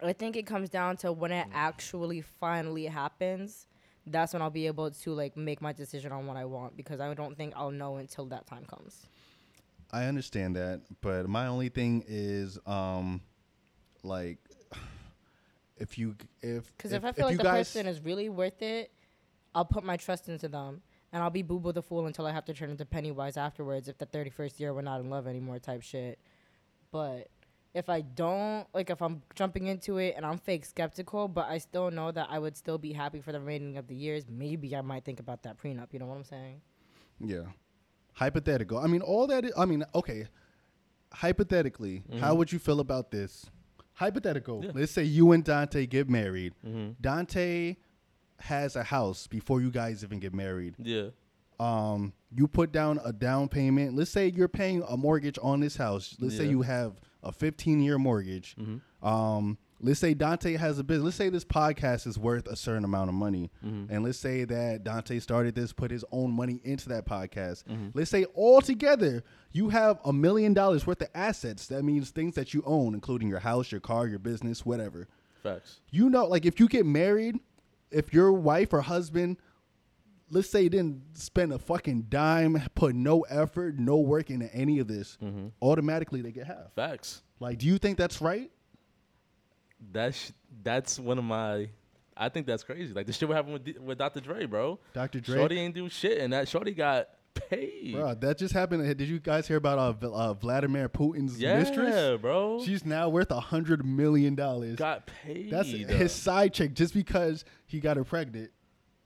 Speaker 6: I think it comes down to when it actually finally happens. That's when I'll be able to like make my decision on what I want because I don't think I'll know until that time comes.
Speaker 1: I understand that, but my only thing is, um, like, *sighs* if you if
Speaker 6: Because if, I feel
Speaker 1: you
Speaker 6: like the
Speaker 1: guys-
Speaker 6: person is really worth it, I'll put my trust into them. And I'll be Boo Boo the Fool until I have to turn into Pennywise afterwards if the 31st year we're not in love anymore type shit. But if I don't, like if I'm jumping into it and I'm fake skeptical, but I still know that I would still be happy for the remaining of the years, maybe I might think about that prenup. You know what I'm saying?
Speaker 1: Yeah. Hypothetical. I mean, all that. I I mean, okay. Hypothetically, how would you feel about this? Hypothetical. Let's say you and Dante get married. Dante has a house before you guys even get married.
Speaker 2: Yeah.
Speaker 1: Um, you put down a down payment. Let's say you're paying a mortgage on this house. Let's say
Speaker 2: Yeah.
Speaker 1: you have a 15 year mortgage. Um, let's say Dante has a business. Let's say this podcast is worth a certain amount of money. And let's say that Dante started this, put his own money into that podcast. Let's say altogether you have a million dollars worth of assets. That means things that you own, including your house, your car, your business, whatever
Speaker 2: Facts.
Speaker 1: you know, like if you get married, if your wife or husband, let's say, didn't spend a fucking dime, put no effort, no work into any of this,
Speaker 2: Mm-hmm.
Speaker 1: automatically they get half.
Speaker 2: Facts.
Speaker 1: Like, do you think that's right?
Speaker 2: That's sh- that's one of my. I think that's crazy. Like the shit what happened with D- with Dr. Dre, bro.
Speaker 1: Dr. Dre?
Speaker 2: Shorty ain't do shit, and that Shorty got paid.
Speaker 1: Bro, that just happened. Did you guys hear about uh, V- uh, Vladimir Putin's
Speaker 2: yeah,
Speaker 1: mistress?
Speaker 2: bro. She
Speaker 1: She's now worth a hundred million dollars.
Speaker 2: got paid.
Speaker 1: That's his side chick just because he got her pregnant.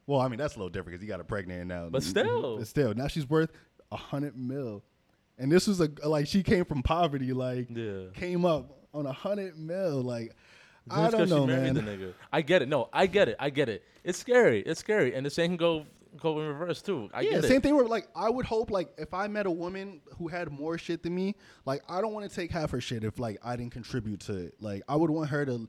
Speaker 1: Well, I mean that's a little different because he got her pregnant and now. Mm-hmm.
Speaker 2: But still.
Speaker 1: but still, now she's worth a hundred mil, and this was a like she came from poverty, like
Speaker 2: Yeah.
Speaker 1: came up on a hundred mil, like
Speaker 2: Just
Speaker 1: I don't
Speaker 2: 'cause she
Speaker 1: know,
Speaker 2: married
Speaker 1: man.
Speaker 2: the nigga. I get it. No, I get it. I get it. It's scary. It's scary, and the same can go go in reverse too. I
Speaker 1: yeah,
Speaker 2: get it.
Speaker 1: same thing. Where like I would hope, like if I met a woman who had more shit than me, like I don't want to take half her shit if like I didn't contribute to it. Like I would want her to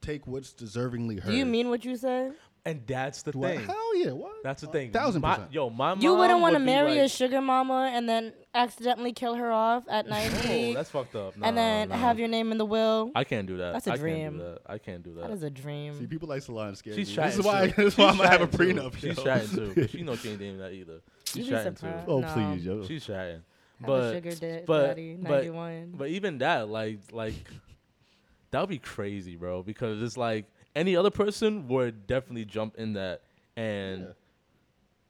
Speaker 1: take what's deservingly hers.
Speaker 6: Do you mean what you said?
Speaker 2: And that's the
Speaker 1: What?
Speaker 2: thing.
Speaker 1: Hell yeah! What?
Speaker 2: That's the
Speaker 1: A
Speaker 2: thing.
Speaker 1: Thousand
Speaker 2: My-
Speaker 1: percent.
Speaker 2: yo, my mom.
Speaker 6: you wouldn't
Speaker 2: want to
Speaker 6: marry
Speaker 2: like,
Speaker 6: a sugar mama and then accidentally kill her off at 90
Speaker 2: Oh, that's fucked up.
Speaker 6: and
Speaker 2: Nah,
Speaker 6: then
Speaker 2: nah.
Speaker 6: have your name in the will.
Speaker 2: I can't do that.
Speaker 6: That's a
Speaker 2: I Can't
Speaker 6: dream.
Speaker 2: do that. I can't do that.
Speaker 6: that is a dream.
Speaker 1: See, people like Salon scare
Speaker 2: She's
Speaker 1: me.
Speaker 2: shy.
Speaker 1: This is why. *laughs* This is why I'm gonna have a prenup.
Speaker 2: She's
Speaker 1: yo.
Speaker 2: chatting too. but She know she ain't dating that either. She's
Speaker 6: be
Speaker 2: chatting
Speaker 6: surprised.
Speaker 2: too.
Speaker 1: *laughs* Oh
Speaker 6: No.
Speaker 1: please, yo.
Speaker 2: She's chatting.
Speaker 6: Have a
Speaker 2: But
Speaker 6: sugar da-
Speaker 2: but
Speaker 6: daddy,
Speaker 2: but
Speaker 6: 91.
Speaker 2: but even that, like like that would be crazy, bro. Because it's like any other person would definitely jump in that and
Speaker 1: Yeah.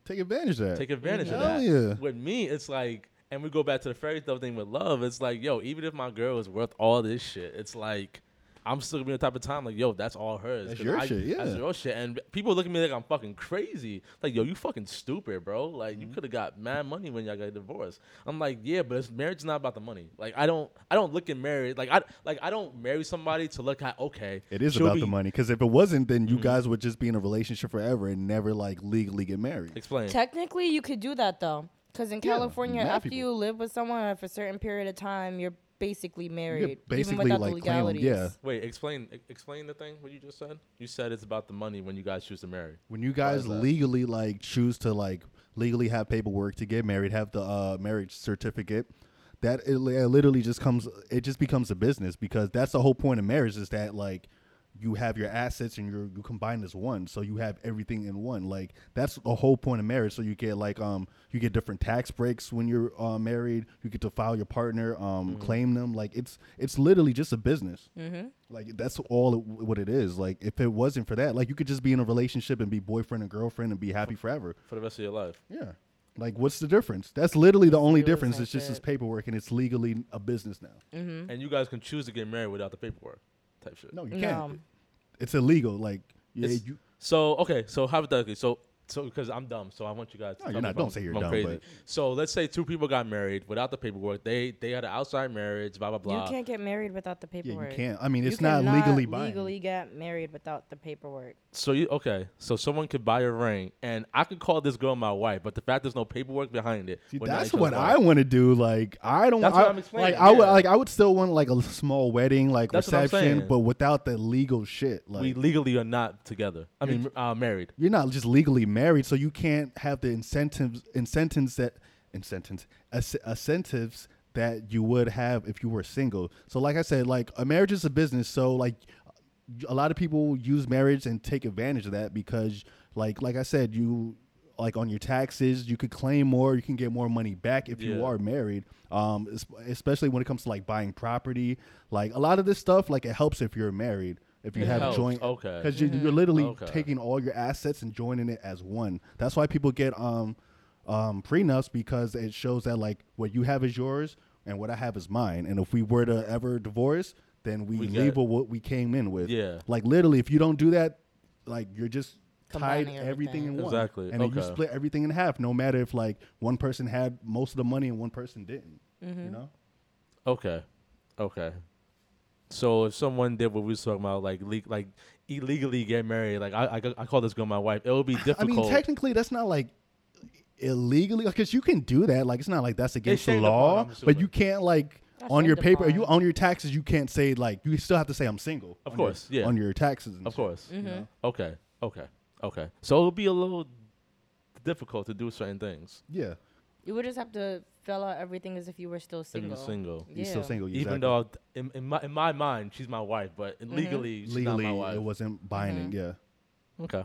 Speaker 1: Take advantage of that.
Speaker 2: take advantage of
Speaker 1: Hell
Speaker 2: that.
Speaker 1: yeah.
Speaker 2: With me, it's like, and we go back to the fairy tale thing with love. It's like, yo, even if my girl is worth all this shit, it's like. I'm still gonna be the type of time like, yo, that's all hers.
Speaker 1: That's
Speaker 2: 'Cause
Speaker 1: your
Speaker 2: I-
Speaker 1: shit, yeah.
Speaker 2: That's your shit. And people look at me like I'm fucking crazy. Like, yo, you fucking stupid, bro. Like,
Speaker 1: Mm-hmm.
Speaker 2: you could have got mad money when y'all got divorced. I'm like, yeah, but it's, marriage is not about the money. Like, I don't, I don't look at marriage like I, like I don't marry somebody to look at. Okay,
Speaker 1: It is
Speaker 2: she'll
Speaker 1: about
Speaker 2: be- Mm-hmm.
Speaker 1: the money because if it wasn't, then you guys would just be in a relationship forever and never like legally get married.
Speaker 2: Explain.
Speaker 6: Technically, you could do that though, because in
Speaker 1: Yeah,
Speaker 6: California,
Speaker 1: mad
Speaker 6: after
Speaker 1: people.
Speaker 6: you live with someone for a certain period of time, you're basically married, even
Speaker 1: basically
Speaker 6: without
Speaker 1: like
Speaker 6: the
Speaker 1: claim,
Speaker 6: legalities.
Speaker 1: yeah.
Speaker 2: Wait, explain e- explain the thing what you just said. You said it's about the money when you guys choose to marry.
Speaker 1: When you guys
Speaker 2: is that?
Speaker 1: legally like choose to like legally have paperwork to get married, have the uh, marriage certificate, that it, li- it literally just comes. It just becomes a business because that's the whole point of marriage is that like you have your assets and you you combine as one, so you have everything in one. Like that's the whole point of marriage. So you get like um you get different tax breaks when you're uh, married. You get to file your partner, um
Speaker 2: Mm-hmm.
Speaker 1: claim them. Like it's it's literally just a business. Like that's all it, what it is. Like if it wasn't for that, like you could just be in a relationship and be boyfriend and girlfriend and be happy forever.
Speaker 2: for the rest of your life.
Speaker 1: Yeah. Like what's the difference? That's literally the only
Speaker 6: really
Speaker 1: difference.
Speaker 6: not
Speaker 1: It's just this
Speaker 6: bad.
Speaker 1: paperwork and it's legally a business now.
Speaker 6: Mm-hmm.
Speaker 2: And you guys can choose to get married without the paperwork type shit.
Speaker 1: No, you
Speaker 6: No.
Speaker 1: can't. It's illegal. Like yeah,
Speaker 2: It's-
Speaker 1: you,
Speaker 2: So okay, so hypothetically, so so because I'm dumb, so I want you guys. To
Speaker 1: No,
Speaker 2: tell
Speaker 1: you're
Speaker 2: me
Speaker 1: not.
Speaker 2: if
Speaker 1: Don't
Speaker 2: I'm-
Speaker 1: say you're
Speaker 2: if I'm
Speaker 1: dumb,
Speaker 2: crazy.
Speaker 1: but-
Speaker 2: So let's say two people got married without the paperwork. They they had an outside marriage. Blah blah blah.
Speaker 6: You can't get married without the
Speaker 1: Yeah,
Speaker 6: paperwork.
Speaker 1: you can't. I mean,
Speaker 6: You
Speaker 1: it's not
Speaker 6: cannot
Speaker 1: legally binding.
Speaker 6: Legally get married without the paperwork.
Speaker 2: So you okay? So someone could buy a ring, and I could call this girl my wife, but the fact there's no paperwork behind it.
Speaker 1: See,
Speaker 2: we're not
Speaker 1: that's
Speaker 2: each other's
Speaker 1: what I
Speaker 2: wife.
Speaker 1: want to do. Like I don't.
Speaker 2: That's
Speaker 1: I,
Speaker 2: what I'm explaining,
Speaker 1: Like I would.
Speaker 2: yeah.
Speaker 1: Like I would still want like a small wedding, like
Speaker 2: That's what I'm
Speaker 1: reception,
Speaker 2: saying.
Speaker 1: but without the legal shit. Like
Speaker 2: We legally are not together. I mean, uh, married.
Speaker 1: you're not just legally married, so you can't have the incentives incentives that incentives ass- incentives that you would have if you were single. So like I said, like a marriage is a business, so like a lot of people use marriage and take advantage of that because like like I said, you like on your taxes, you could claim more, you can get more money back if you
Speaker 2: Yeah.
Speaker 1: are married. Um es- especially when it comes to like buying property, like a lot of this stuff like it helps if you're married. If you
Speaker 2: It
Speaker 1: have
Speaker 2: helps,
Speaker 1: joint
Speaker 2: okay.
Speaker 1: because you, you're literally
Speaker 2: Okay.
Speaker 1: taking taking all your assets and joining it as one. That's why people get um um prenups because it shows that like what you have is yours and what I have is mine. And if we were to ever divorce, then we,
Speaker 2: We
Speaker 1: leave
Speaker 2: got-
Speaker 1: with what we came in with.
Speaker 2: Yeah.
Speaker 1: Like literally, if you don't do that, like you're just tied
Speaker 6: Combining
Speaker 1: everything,
Speaker 6: everything.
Speaker 1: in one.
Speaker 2: Exactly,
Speaker 1: And then you
Speaker 2: okay.
Speaker 1: split everything in half, no matter if like one person had most of the money and one person didn't. You know.
Speaker 2: Okay, okay. So if someone did what we was talking about, like le- like illegally get married, like I, I ca- I call this girl my wife, it would be
Speaker 1: I
Speaker 2: difficult.
Speaker 1: mean, technically, that's not like illegally because you can do that. Like, it's not like that's against the
Speaker 2: shaved
Speaker 1: law,
Speaker 2: upon, I'm
Speaker 1: but
Speaker 2: assuming.
Speaker 1: you can't like
Speaker 6: That's
Speaker 1: on your
Speaker 6: shaved
Speaker 1: paper, you
Speaker 6: upon.
Speaker 1: on your taxes, you can't say like you still have to say I'm single.
Speaker 2: Of
Speaker 1: on your-
Speaker 2: course, yeah.
Speaker 1: on your taxes. And
Speaker 2: of
Speaker 1: shit.
Speaker 2: course.
Speaker 6: Mm-hmm.
Speaker 2: Okay, okay, okay. So it would be a little difficult to do certain things.
Speaker 1: yeah.
Speaker 6: You would just have to fill out everything as if you were still
Speaker 2: If
Speaker 6: single.
Speaker 2: you're single.
Speaker 1: You're still
Speaker 6: Yeah.
Speaker 1: single,
Speaker 2: Even
Speaker 1: exactly.
Speaker 2: though in, in my in my mind she's my wife, but
Speaker 6: Mm-hmm.
Speaker 2: legally she's
Speaker 1: legally
Speaker 2: not my wife.
Speaker 1: it wasn't binding. Yeah,
Speaker 2: Okay.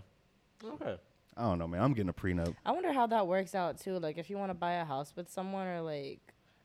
Speaker 2: Okay.
Speaker 1: I don't know, man. I'm getting a prenup.
Speaker 6: I wonder how that works out too. Like if you want to buy a house with someone or like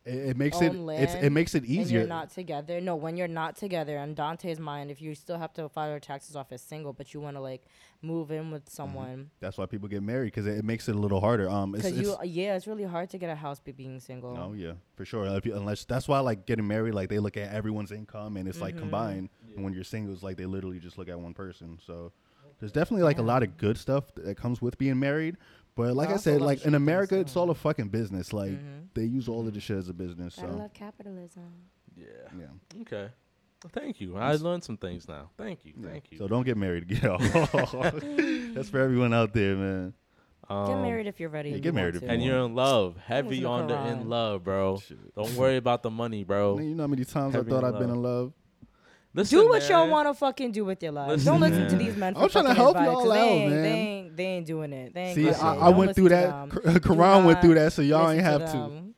Speaker 1: It, it makes it
Speaker 6: own
Speaker 1: it's, it
Speaker 6: land
Speaker 1: makes it
Speaker 6: and you're
Speaker 1: easier.
Speaker 6: not together. No, when you're not together, in Dante's mind, if you still have to file your taxes off as single, but you want to like move in
Speaker 1: Mm-hmm.
Speaker 6: with someone,
Speaker 1: That's why people get married because it, it makes it a little harder. Um, it's,
Speaker 6: because
Speaker 1: it's,
Speaker 6: you yeah, it's really hard to get a house by being single.
Speaker 1: Oh yeah, for sure. If you, unless that's why like getting married, like they look at everyone's income and it's like combined. And when you're single, it's like they literally just look at one person. So there's definitely like a lot of good stuff that comes with being married. But like I,
Speaker 6: also
Speaker 1: said,
Speaker 6: love
Speaker 1: like
Speaker 6: cheating,
Speaker 1: in America, it's
Speaker 6: so-
Speaker 1: all a fucking business. Like they use all of this shit as a business.
Speaker 6: I
Speaker 1: So
Speaker 6: love capitalism.
Speaker 2: Yeah.
Speaker 1: yeah.
Speaker 2: Okay. Well, Thank you. I learned some things now. Thank you.
Speaker 1: Yeah.
Speaker 2: Thank you.
Speaker 1: So don't get married, *laughs* girl. That's for everyone out there, man.
Speaker 2: Um,
Speaker 6: get married if you're ready.
Speaker 1: um, yeah,
Speaker 6: and
Speaker 1: get
Speaker 6: you want
Speaker 1: married if
Speaker 6: to.
Speaker 1: you
Speaker 2: and
Speaker 1: want.
Speaker 2: you're in love, heavy
Speaker 6: Listen to
Speaker 2: on the in
Speaker 6: Quran.
Speaker 2: love, bro.
Speaker 1: Shit.
Speaker 2: Don't worry about the money, bro.
Speaker 1: Man, you know how many times I
Speaker 2: Oh. Heavy
Speaker 1: thought
Speaker 2: in
Speaker 1: I've been
Speaker 2: love.
Speaker 1: in love.
Speaker 2: Listen,
Speaker 6: Do what y'all
Speaker 2: man.
Speaker 6: want to fucking do with your lives.
Speaker 2: Listen,
Speaker 6: Don't listen to
Speaker 2: man.
Speaker 6: these men. For
Speaker 1: I'm tryna
Speaker 6: fucking
Speaker 1: help
Speaker 6: advice,
Speaker 1: y'all
Speaker 6: 'cause they
Speaker 1: out,
Speaker 6: ain't-
Speaker 1: man.
Speaker 6: They ain't, they ain't doing it. They ain't
Speaker 1: See,
Speaker 6: gonna
Speaker 1: I,
Speaker 6: do it.
Speaker 1: I
Speaker 6: Don't
Speaker 1: went
Speaker 6: listen
Speaker 1: through
Speaker 6: to
Speaker 1: that. *laughs*
Speaker 6: them.
Speaker 1: Q-
Speaker 6: Do
Speaker 1: Quran went
Speaker 6: not
Speaker 1: through that, so y'all
Speaker 6: listen
Speaker 1: ain't have to.
Speaker 6: them.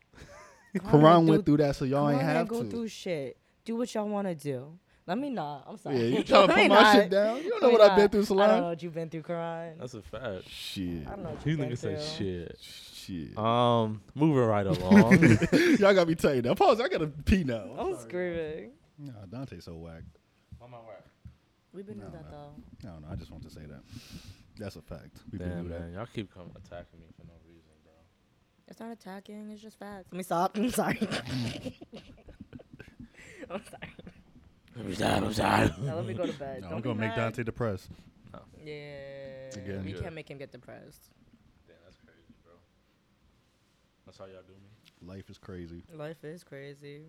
Speaker 1: Quran
Speaker 6: do-
Speaker 1: went through that, so y'all
Speaker 6: Come
Speaker 1: ain't
Speaker 6: on and
Speaker 1: have
Speaker 6: go
Speaker 1: to.
Speaker 6: through shit. Do what y'all want to do. Let me not. I'm sorry.
Speaker 1: Yeah,
Speaker 6: *laughs*
Speaker 1: you trying to
Speaker 6: Let
Speaker 1: put
Speaker 6: me
Speaker 1: my
Speaker 6: not.
Speaker 1: shit down? You don't know
Speaker 6: Let me
Speaker 1: what I've been
Speaker 6: not.
Speaker 1: through,
Speaker 6: I don't
Speaker 1: Salon.
Speaker 6: know what you've been through, Quran.
Speaker 2: That's a fact.
Speaker 1: Shit.
Speaker 6: I don't know what
Speaker 2: You
Speaker 6: you've been
Speaker 2: niggas say
Speaker 6: through.
Speaker 2: shit.
Speaker 1: Shit.
Speaker 2: Um, moving *laughs* right along.
Speaker 1: *laughs* y'all got me tight now. Pause. I got to pee now.
Speaker 6: I'm screaming.
Speaker 1: Nah, Dante's so whack.
Speaker 6: We've been through that though.
Speaker 1: I don't know. I just want to say that. That's a fact. We've been
Speaker 2: Damn
Speaker 1: through that.
Speaker 2: man, y'all keep coming attacking me for no reason, bro.
Speaker 6: It's not attacking. It's just facts. Let me stop. *laughs*
Speaker 1: *laughs*
Speaker 6: I'm sorry. I'm sorry.
Speaker 2: I'm sorry. I'm sorry.
Speaker 6: Now let me go to bed.
Speaker 1: No,
Speaker 6: Don't
Speaker 1: I'm
Speaker 6: be
Speaker 1: gonna make
Speaker 6: mad.
Speaker 1: Dante depressed.
Speaker 6: Yeah.
Speaker 1: Again.
Speaker 6: We
Speaker 2: Yeah.
Speaker 6: can't make him get depressed.
Speaker 2: Damn, that's crazy, bro. That's how y'all do me.
Speaker 1: Life is
Speaker 2: *laughs*
Speaker 1: crazy.
Speaker 6: Life is crazy.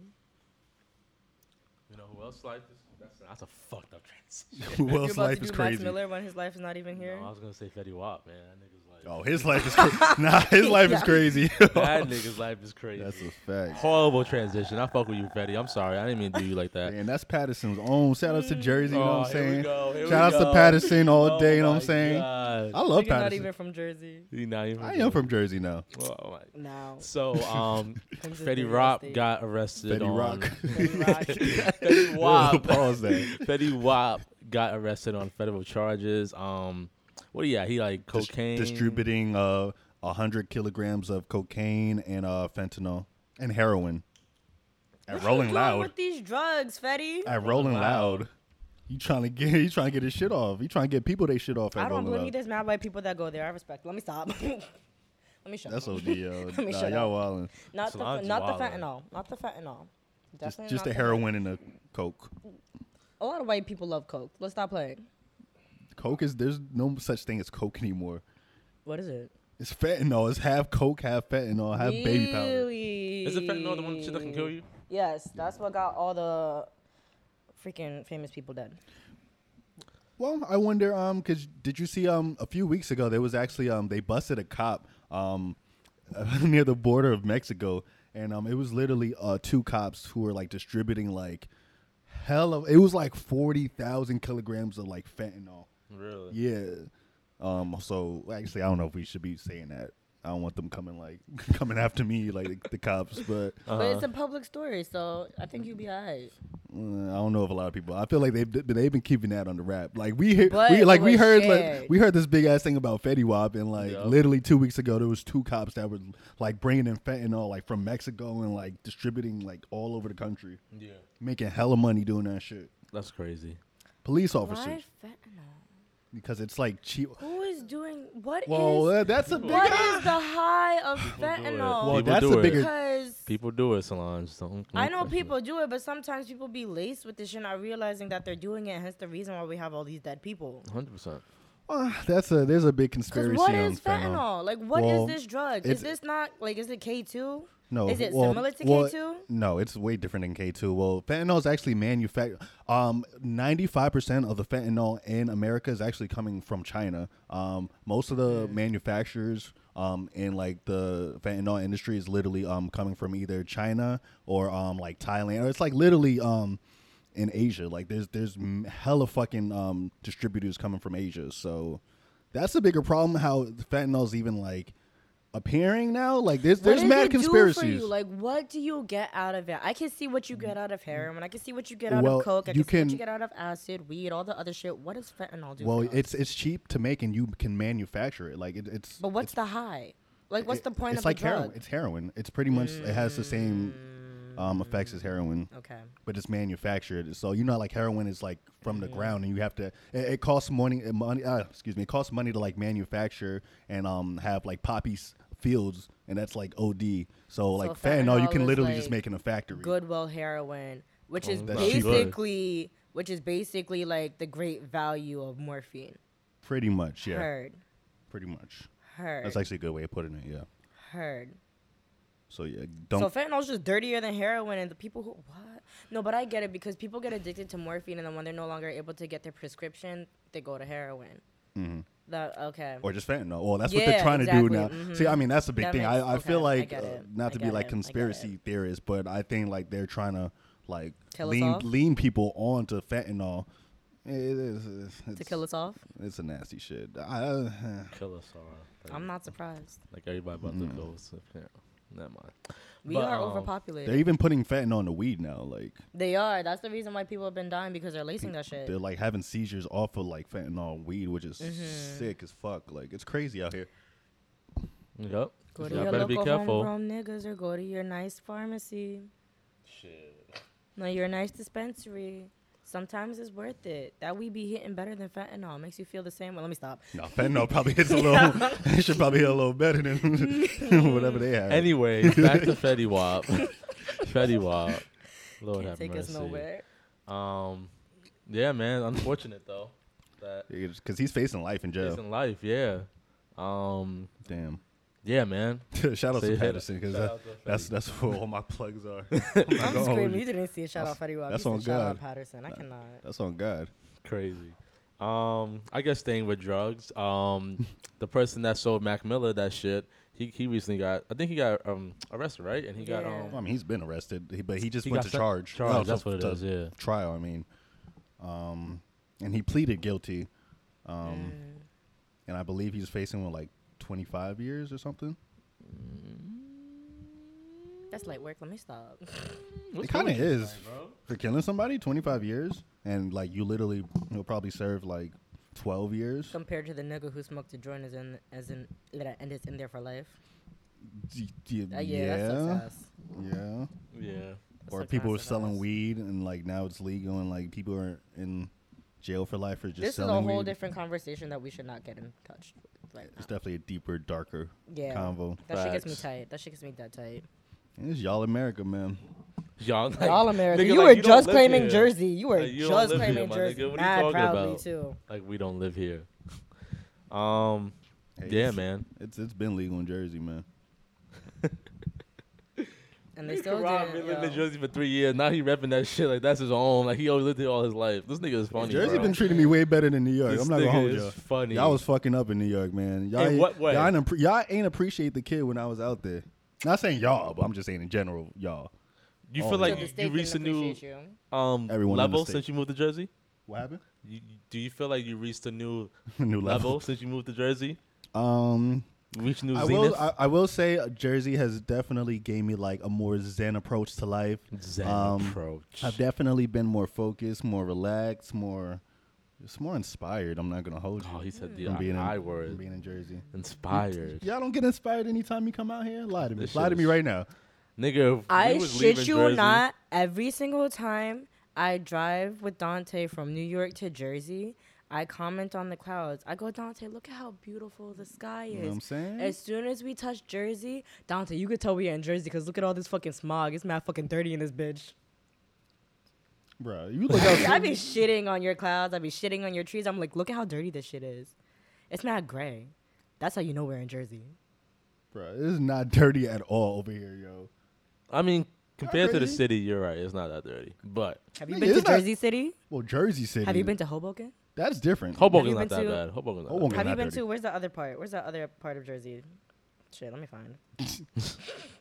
Speaker 2: You know who else like this? That's, that's a fucked up transition.
Speaker 1: Who else
Speaker 6: You're about
Speaker 1: life
Speaker 6: to
Speaker 1: is
Speaker 6: do Max
Speaker 1: crazy?
Speaker 6: Miller when his life is not even *laughs* here.
Speaker 2: No, I was gonna say Fetty Wap, man. That nigga's like
Speaker 1: Oh, his life is
Speaker 2: *laughs*
Speaker 1: crazy. nah, his life is crazy.
Speaker 2: that nigga's life is crazy.
Speaker 1: That's a fact.
Speaker 2: Horrible transition. I fuck with you, Fetty. I'm sorry. I didn't mean to do you like that.
Speaker 1: And that's Patterson's own. Shout out to Jersey, you know
Speaker 2: Oh,
Speaker 1: what I'm
Speaker 2: here we
Speaker 1: saying?
Speaker 2: go, here we
Speaker 1: Shout out to
Speaker 2: go.
Speaker 1: Patterson all
Speaker 2: Oh
Speaker 1: day, you know what
Speaker 2: my
Speaker 1: I'm saying?
Speaker 2: God.
Speaker 1: I love
Speaker 6: Nigga not even
Speaker 1: Patterson.
Speaker 6: from Jersey.
Speaker 2: He not even
Speaker 1: I am from Jersey now. *laughs*
Speaker 2: Oh, my-
Speaker 6: Now.
Speaker 2: So, um,
Speaker 6: Comes to
Speaker 2: Fetty
Speaker 6: the
Speaker 2: Wap
Speaker 6: estate.
Speaker 2: got arrested
Speaker 1: Betty *laughs*
Speaker 2: on *laughs*
Speaker 1: Rock. *laughs*
Speaker 2: Fetty Wap.
Speaker 1: Pause there. *laughs*
Speaker 2: *laughs* Fetty Wap got arrested on federal charges. Um, what do you got? He like
Speaker 1: dis-
Speaker 2: cocaine
Speaker 1: distributing uh 100 kilograms of cocaine and uh fentanyl and heroin at rolling
Speaker 6: Doing
Speaker 1: loud
Speaker 6: With these drugs, Fetty.
Speaker 1: at rolling
Speaker 2: Loud.
Speaker 1: loud you trying to get *laughs* you trying to get his shit off you trying to get people they shit off at
Speaker 6: I don't
Speaker 1: rolling
Speaker 6: believe you.
Speaker 1: loud
Speaker 6: There's mad white people that go there. I respect. Let me stop. *laughs* Let me shut *laughs*
Speaker 1: that's
Speaker 6: up.
Speaker 1: OD yo.
Speaker 6: me
Speaker 1: nah,
Speaker 6: shut
Speaker 1: y'all wildin'.
Speaker 6: Not the
Speaker 2: Solange
Speaker 6: fe- not the
Speaker 2: wildin'.
Speaker 6: fentanyl. Not the fentanyl.
Speaker 1: Just,
Speaker 6: Definitely
Speaker 1: just
Speaker 6: not
Speaker 1: the heroin and the coke.
Speaker 6: A lot of white people love coke. Let's stop playing.
Speaker 1: Coke is there's no such thing as coke anymore.
Speaker 6: What is it?
Speaker 1: It's fentanyl. It's half coke, half fentanyl, half baby powder.
Speaker 6: Really?
Speaker 2: Is it fentanyl the one shit that can kill you?
Speaker 6: Yes, that's what got all the freaking famous people dead.
Speaker 1: Well, I wonder, um, cause did you see, um, a few weeks ago there was actually, um, they busted a cop, um, *laughs* near the border of Mexico, and um, it was literally uh two cops who were like distributing like, hell of, it was like forty thousand kilograms of like fentanyl.
Speaker 2: Really?
Speaker 1: Yeah. Um. So actually, I don't know if we should be saying that. I don't want them coming like *laughs* coming after me like the, the cops, but
Speaker 6: But
Speaker 1: Uh-huh.
Speaker 6: it's a public story, so I think you'll be alright.
Speaker 1: Uh, I don't know if a lot of people. I feel like they've they've been keeping that on the wrap. Like we hear,
Speaker 6: But
Speaker 1: we like
Speaker 6: it
Speaker 1: we
Speaker 6: was
Speaker 1: heard like
Speaker 6: shared.
Speaker 1: we heard this big ass thing about Fetty Wap, and like
Speaker 2: Yeah.
Speaker 1: literally two weeks ago, there was two cops that were like bringing in fentanyl like from Mexico and like distributing like all over the country,
Speaker 2: Yeah.
Speaker 1: making hella money doing that shit.
Speaker 2: That's crazy.
Speaker 1: Police officers
Speaker 6: Why fentanyl?
Speaker 1: because it's like cheap.
Speaker 6: Who is doing what is?
Speaker 1: Well, that- that's a big.
Speaker 6: what is the high of
Speaker 2: Well,
Speaker 1: *laughs* Well,
Speaker 6: fentanyl?
Speaker 2: People
Speaker 1: that's
Speaker 2: do
Speaker 1: a
Speaker 2: it.
Speaker 1: bigger.
Speaker 6: Because
Speaker 2: People do it, Solange. Don't,
Speaker 6: I know people do it, but sometimes people be laced with this shit, not realizing that they're doing it. Hence the reason why we have all these dead people.
Speaker 2: Hundred percent.
Speaker 1: Uh, that's a there's a big
Speaker 6: Because
Speaker 1: conspiracy
Speaker 6: what
Speaker 1: on
Speaker 6: is fentanyl? Like, what is
Speaker 1: Well,
Speaker 6: this drug?
Speaker 1: it's-
Speaker 6: Is this not like? Is it K two?
Speaker 1: No,
Speaker 6: Is it
Speaker 1: well-
Speaker 6: similar to
Speaker 1: well,
Speaker 6: K two?
Speaker 1: No, it's way different than K two. Well, fentanyl is actually manufactured. Um, ninety five percent of the fentanyl in America is actually coming from China. Um, most of the
Speaker 6: Mm.
Speaker 1: manufacturers um in like the fentanyl industry is literally um coming from either China or um like Thailand or it's like literally um in Asia. Like there's there's m- hella fucking um distributors coming from Asia. So that's a bigger problem. How fentanyl's even like. Appearing now, like there's there's
Speaker 6: what does
Speaker 1: mad
Speaker 6: it do for
Speaker 1: conspiracies.
Speaker 6: you? Like, what do you get out of it? I can see what you get out of heroin. I can see what you get out
Speaker 1: Well,
Speaker 6: of coke. I
Speaker 1: you
Speaker 6: can, see
Speaker 1: can-
Speaker 6: what you get out of acid, weed, all the other shit. What does fentanyl do?
Speaker 1: Well,
Speaker 6: for us?
Speaker 1: it's it's cheap to make, and you can manufacture it. Like it, it's.
Speaker 6: But what's the high? Like, what's the point
Speaker 1: It's
Speaker 6: of
Speaker 1: like
Speaker 6: the drug? Mm.
Speaker 1: heroin. It's heroin. It's pretty much. It has the same um, effects as heroin,
Speaker 6: okay.
Speaker 1: but it's manufactured. So you know, like heroin is like from the
Speaker 6: Mm-hmm.
Speaker 1: ground, and you have to. It, it costs money. uh, Money. Uh, excuse me. It costs money to like manufacture and um have like poppy s- fields, and that's like OD. So like fentanyl, you
Speaker 6: fentanyl
Speaker 1: can
Speaker 6: is,
Speaker 1: literally just
Speaker 6: like,
Speaker 1: make in a factory.
Speaker 6: Goodwill heroin, which is
Speaker 2: That's
Speaker 1: cheap.
Speaker 6: basically, which is basically like the great value of morphine.
Speaker 1: Pretty much, yeah.
Speaker 6: Heard,
Speaker 1: Pretty much.
Speaker 6: heard,
Speaker 1: That's actually a good way of putting it. Yeah.
Speaker 6: heard.
Speaker 1: So yeah, don't.
Speaker 6: So fentanyl's just dirtier than heroin, and the people who what? No, but I get it because people get addicted to morphine, and then when they're no longer able to get their prescription, they go to heroin. Mm-hmm. That okay?
Speaker 1: or just fentanyl. Well, that's what
Speaker 6: Yeah,
Speaker 1: they're trying to do
Speaker 6: exactly.
Speaker 1: now.
Speaker 6: Mhm.
Speaker 1: See, I mean, that's a big
Speaker 6: That
Speaker 1: thing.
Speaker 6: makes-
Speaker 1: I, I feel
Speaker 6: okay, I
Speaker 1: like
Speaker 6: get
Speaker 1: uh,
Speaker 6: it.
Speaker 1: not
Speaker 6: I
Speaker 1: to be
Speaker 6: get
Speaker 1: like
Speaker 6: it, I get
Speaker 1: conspiracy theorist, but I think like they're trying to like
Speaker 6: Kill us
Speaker 1: lean
Speaker 6: off?
Speaker 1: lean people onto fentanyl. It is it's,
Speaker 6: to kill us off?
Speaker 1: It's a nasty shit. I, uh,
Speaker 2: Kill us all. Like,
Speaker 6: I'm not surprised.
Speaker 2: like everybody about
Speaker 1: Mm.
Speaker 2: to go. So, yeah. Never mind.
Speaker 6: We
Speaker 2: But,
Speaker 6: are
Speaker 2: um,
Speaker 1: they're
Speaker 6: overpopulated.
Speaker 1: even putting fentanyl in the weed now. Like
Speaker 6: They are. That's the reason why people have been dying because they're lacing that shit.
Speaker 1: they're like having seizures off of like fentanyl weed, which is
Speaker 6: Mm-hmm.
Speaker 1: sick as fuck. Like it's crazy out here.
Speaker 2: Yep.
Speaker 6: Go to
Speaker 2: Y'all
Speaker 6: your
Speaker 2: better be
Speaker 6: local
Speaker 2: careful.
Speaker 6: homegrown niggas or go to your nice pharmacy.
Speaker 2: Shit.
Speaker 6: No, your nice dispensary. Sometimes it's worth it. That we be hitting better than fentanyl. Makes you feel the same. Well, let me stop.
Speaker 1: No, fentanyl
Speaker 6: *laughs*
Speaker 1: probably hits a little. *laughs* it should probably hit a little better than *laughs* whatever they have. *laughs*
Speaker 2: Anyway, back to Fetty Wap. *laughs* Fetty Wap. Lord
Speaker 6: Can't
Speaker 2: have
Speaker 6: take
Speaker 2: mercy.
Speaker 6: us nowhere.
Speaker 2: Um, yeah, man. Unfortunate though that
Speaker 1: because he's facing life in
Speaker 2: he's
Speaker 1: jail.
Speaker 2: in life. Yeah. Um.
Speaker 1: Damn.
Speaker 2: Yeah, man.
Speaker 1: *laughs* Shout out
Speaker 2: So you
Speaker 1: to
Speaker 2: had-
Speaker 1: Patterson because
Speaker 2: shout out to
Speaker 1: that's that's where all my plugs are.
Speaker 6: I'm
Speaker 1: *laughs* Go
Speaker 6: screaming.
Speaker 1: on.
Speaker 6: You didn't see a shout out Fetty Wap.
Speaker 1: that's
Speaker 6: you said
Speaker 1: on
Speaker 6: Shout
Speaker 1: God.
Speaker 6: out Patterson. I cannot.
Speaker 1: *laughs* That's on God.
Speaker 2: Crazy. Um, I guess staying with drugs.
Speaker 1: *laughs*
Speaker 2: Um, the person that sold Mac Miller that shit, he he recently got. I think he got um arrested, right? And he got
Speaker 6: Yeah.
Speaker 1: Well, I
Speaker 2: um.
Speaker 1: mean, he's been arrested, he- but he just
Speaker 2: He
Speaker 1: went
Speaker 2: got
Speaker 1: to
Speaker 2: sent-
Speaker 1: charge.
Speaker 2: charge,
Speaker 1: Well,
Speaker 2: that's
Speaker 1: to-
Speaker 2: what it
Speaker 1: to
Speaker 2: is, yeah.
Speaker 1: Trial. I mean, um, and he pleaded guilty, um, and I believe he's facing with like 25 years or something.
Speaker 6: That's light work. Let me stop. *laughs*
Speaker 2: what's
Speaker 1: it kind of
Speaker 2: going on,
Speaker 1: is
Speaker 2: bro?
Speaker 1: for killing somebody 25 years, and like you literally, you'll probably serve like 12 years.
Speaker 6: Compared to the nigga who smoked a joint as in as in that and is in there for life.
Speaker 1: D- d-
Speaker 6: Uh, yeah, that's success.
Speaker 1: yeah.
Speaker 2: Yeah.
Speaker 6: That's
Speaker 1: or
Speaker 6: what
Speaker 1: people
Speaker 6: kinda
Speaker 1: were selling
Speaker 6: sucks.
Speaker 1: weed and like now it's legal and like people are in jail for life for just
Speaker 6: This is a
Speaker 1: selling
Speaker 6: whole
Speaker 1: weed.
Speaker 6: different conversation that we should not get in touch with right
Speaker 1: It's
Speaker 6: now.
Speaker 1: definitely a deeper, darker
Speaker 6: Yeah.
Speaker 1: convo.
Speaker 6: That shit gets me
Speaker 2: Facts.
Speaker 6: tight. That shit gets me that tight.
Speaker 1: It's y'all America, man.
Speaker 2: Y'all like,
Speaker 6: All America.
Speaker 2: nigga,
Speaker 6: you
Speaker 2: like,
Speaker 6: were
Speaker 2: don't
Speaker 6: just
Speaker 2: live
Speaker 6: claiming
Speaker 2: here.
Speaker 6: Jersey. You were
Speaker 2: Like, you don't
Speaker 6: just
Speaker 2: live here,
Speaker 6: claiming
Speaker 2: my
Speaker 6: Jersey.
Speaker 2: nigga. What are you
Speaker 6: Mad
Speaker 2: talking
Speaker 6: proudly
Speaker 2: about?
Speaker 6: too.
Speaker 2: Like we don't live here. Um,
Speaker 1: Hey,
Speaker 2: Yeah,
Speaker 1: it's-
Speaker 2: man.
Speaker 1: It's it's been legal in Jersey, man.
Speaker 6: And they still
Speaker 2: Rob
Speaker 6: didn't.
Speaker 2: been living in
Speaker 6: yo.
Speaker 2: Jersey for three years. Now he repping that shit like that's his own. Like he always lived here all his life. This nigga is funny.
Speaker 1: Jersey
Speaker 2: bro.
Speaker 1: been treating me way better than New York.
Speaker 2: This
Speaker 1: I'm not gonna
Speaker 2: nigga
Speaker 1: hold
Speaker 2: is
Speaker 1: you.
Speaker 2: funny.
Speaker 1: Y'all was fucking up in New York, man. Y'all
Speaker 2: In
Speaker 1: ain't-
Speaker 2: what way?
Speaker 1: Y'all ain't, appre- y'all ain't appreciate the kid when I was out there. Not saying y'all, but I'm just saying in general, y'all.
Speaker 2: you
Speaker 1: Oh,
Speaker 2: feel
Speaker 6: So
Speaker 2: like
Speaker 6: the
Speaker 2: you-
Speaker 6: state
Speaker 2: you
Speaker 6: didn't
Speaker 2: reached a new
Speaker 6: appreciate you.
Speaker 2: um
Speaker 1: Everyone in the
Speaker 2: level
Speaker 1: state.
Speaker 2: since you moved to Jersey?
Speaker 1: What happened?
Speaker 2: You, do you feel like you reached a new
Speaker 1: *laughs* New
Speaker 2: level since you moved to Jersey?
Speaker 1: Um,
Speaker 2: Reached new
Speaker 1: I
Speaker 2: zenith.
Speaker 1: will. I, I will say uh, Jersey has definitely gave me like a more zen approach to life.
Speaker 2: Zen approach.
Speaker 1: um, I've definitely been more focused, more relaxed, more. It's more inspired. I'm not gonna hold you.
Speaker 2: oh, he said the
Speaker 1: from being in,
Speaker 2: I, I
Speaker 1: from
Speaker 2: word.
Speaker 1: being in Jersey.
Speaker 2: Inspired.
Speaker 1: Y'all don't get inspired anytime you come out here. Lie to me.
Speaker 2: This
Speaker 1: Lie
Speaker 2: shit
Speaker 1: to me
Speaker 2: is-
Speaker 1: right now.
Speaker 2: Nigga, if
Speaker 6: I
Speaker 2: we was
Speaker 6: shit
Speaker 2: leaving
Speaker 6: you
Speaker 2: Jersey,
Speaker 6: not. Every single time I drive with Dante from New York to Jersey, I comment on the clouds. I go, Dante, look at how beautiful the sky is.
Speaker 1: You know what I'm saying?
Speaker 6: As soon as we touch Jersey, Dante, you could tell we're in Jersey because look at all this fucking smog. It's mad fucking dirty in this bitch.
Speaker 1: Bro, you
Speaker 6: *laughs*
Speaker 1: look out.
Speaker 6: I be shitting on your clouds. I be shitting on your trees. I'm like, look at how dirty this shit is. It's not gray. That's how you know we're in Jersey.
Speaker 1: Bro, this is not dirty at all over here, yo.
Speaker 2: I mean, compared to the
Speaker 1: crazy.
Speaker 2: city, you're right. It's not that dirty. But
Speaker 6: Have you
Speaker 1: Nigga,
Speaker 6: been to
Speaker 1: it's not-
Speaker 6: Jersey City?
Speaker 1: Well, Jersey City.
Speaker 6: Have you been to Hoboken?
Speaker 1: That's different.
Speaker 2: Hoboken's
Speaker 6: you
Speaker 2: not
Speaker 6: been
Speaker 2: that
Speaker 6: to-
Speaker 2: bad. Hoboken's not
Speaker 1: Hoboken-
Speaker 2: that
Speaker 1: They're
Speaker 6: Have you
Speaker 1: not
Speaker 6: been
Speaker 1: dirty.
Speaker 6: to where's the other part? Where's the other part of Jersey? Shit, let me find.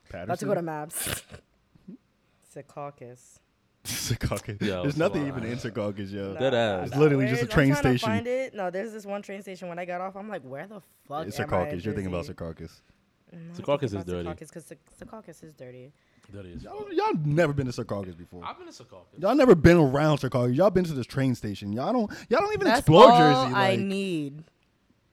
Speaker 1: Patterson.
Speaker 6: About to
Speaker 1: *laughs*
Speaker 6: go to maps. it's a caucus.
Speaker 1: Secaucus.
Speaker 2: Yo,
Speaker 1: There's
Speaker 2: it's a
Speaker 1: nothing
Speaker 2: lie.
Speaker 1: even in Secaucus, yo.
Speaker 2: Dead ass.
Speaker 1: It's literally just a
Speaker 6: Where's-
Speaker 1: train
Speaker 6: I'm trying to
Speaker 1: station.
Speaker 6: find it. No, there's this one train station. When I got off, I'm like, where the fuck
Speaker 1: It's
Speaker 6: am I in
Speaker 1: Secaucus. You're thinking about
Speaker 6: Jersey?
Speaker 1: Secaucus.
Speaker 6: No, I'm
Speaker 2: Secaucus
Speaker 6: thinking
Speaker 2: is
Speaker 6: about
Speaker 2: dirty.
Speaker 6: Secaucus because Secaucus is dirty.
Speaker 2: dirty. as fuck.
Speaker 1: Y'all, y'all never been to Secaucus before.
Speaker 2: I've been to Secaucus.
Speaker 1: Y'all never been around Secaucus. Y'all been to this train station. Y'all don't. Y'all don't even
Speaker 6: That's
Speaker 1: explore
Speaker 6: all
Speaker 1: Jersey.
Speaker 6: I
Speaker 1: like,
Speaker 6: need.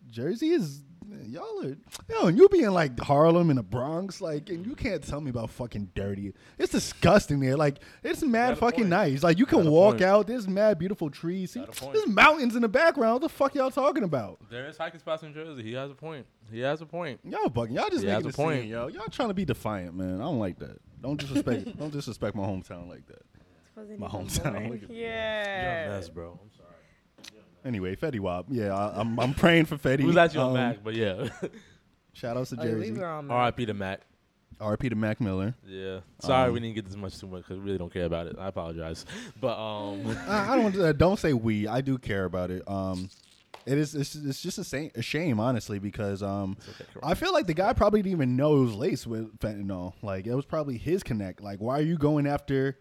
Speaker 1: Jersey is. Y'all are. Yo, and you be in like Harlem and the Bronx, like, and you can't tell me about fucking dirty. It's disgusting there. Like, it's mad
Speaker 2: a
Speaker 1: fucking
Speaker 2: point.
Speaker 1: nice. Like, you
Speaker 2: Got
Speaker 1: can
Speaker 2: a
Speaker 1: walk
Speaker 2: point.
Speaker 1: out. There's mad beautiful trees. See,
Speaker 2: Got a point.
Speaker 1: there's mountains in the background. What the fuck y'all talking about?
Speaker 2: There is hiking spots in Jersey. He has a point. He has a point.
Speaker 1: Y'all bugging. Y'all just
Speaker 2: Yeah,
Speaker 1: making a
Speaker 2: that's a point.
Speaker 1: point. yo. Y'all trying to be defiant, man. I don't like that. Don't
Speaker 2: *laughs*
Speaker 1: disrespect. don't disrespect my hometown like that. My hometown. *laughs* Look at-
Speaker 6: Yeah.
Speaker 2: That's bro. I'm sorry.
Speaker 1: Anyway, Fetty Wap. Yeah, I, I'm, I'm praying for Fetty.
Speaker 2: We was actually on
Speaker 1: Um,
Speaker 2: Mac, but *laughs* yeah.
Speaker 1: Shout outs to
Speaker 6: Oh, yeah, we
Speaker 1: Jersey.
Speaker 6: were on maps.
Speaker 2: R.I.P. to Mac.
Speaker 1: R.P. to Mac Miller.
Speaker 2: Yeah.
Speaker 1: Um,
Speaker 2: Sorry, we didn't get this much too much because we really don't care about it. I apologize. *laughs* But
Speaker 6: *laughs*
Speaker 2: um,
Speaker 1: I, I don't uh, don't say we. I do care about it. Um, it is it's, it's just a, sa- a shame, honestly, because um, I feel like the guy probably didn't even know it was laced with fentanyl. Like it was probably his connect. Like why are you going after?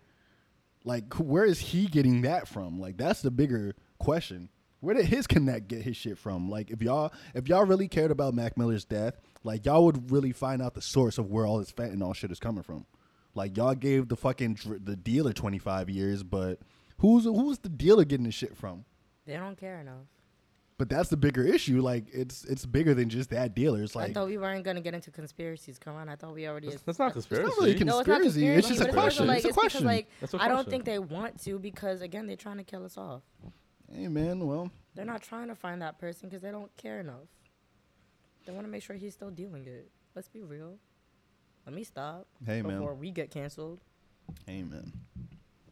Speaker 1: Like who- where is he getting that from? Like that's the bigger question. Where did his connect get his shit from? Like if y'all if y'all really cared about Mac Miller's death, like y'all would really find out the source of where all this fentanyl shit is coming from. Like y'all gave the fucking dr- the dealer twenty five years, but who's who's the dealer getting this shit from?
Speaker 6: They don't care enough.
Speaker 1: But that's the bigger issue. Like it's it's bigger than just that dealer. It's
Speaker 6: I
Speaker 1: like
Speaker 6: thought we weren't gonna get into conspiracies. Come on, I thought we already.
Speaker 2: *laughs* that's not conspiracy.
Speaker 1: not really con-
Speaker 6: No, it's not
Speaker 1: conspiracy,
Speaker 6: conspiracy.
Speaker 1: it's just
Speaker 6: but
Speaker 2: a
Speaker 6: also,
Speaker 2: question.
Speaker 6: Like,
Speaker 1: It's a
Speaker 6: because,
Speaker 1: question.
Speaker 6: like,
Speaker 2: That's a
Speaker 6: I don't
Speaker 2: question.
Speaker 6: think they want to because again, they're trying to kill us off.
Speaker 1: hey man, well
Speaker 6: They're not trying to find that person because they don't care enough. They want to make sure he's still dealing it. Let's be real. Let me stop
Speaker 1: Hey, man.
Speaker 6: before we get canceled.
Speaker 1: hey man.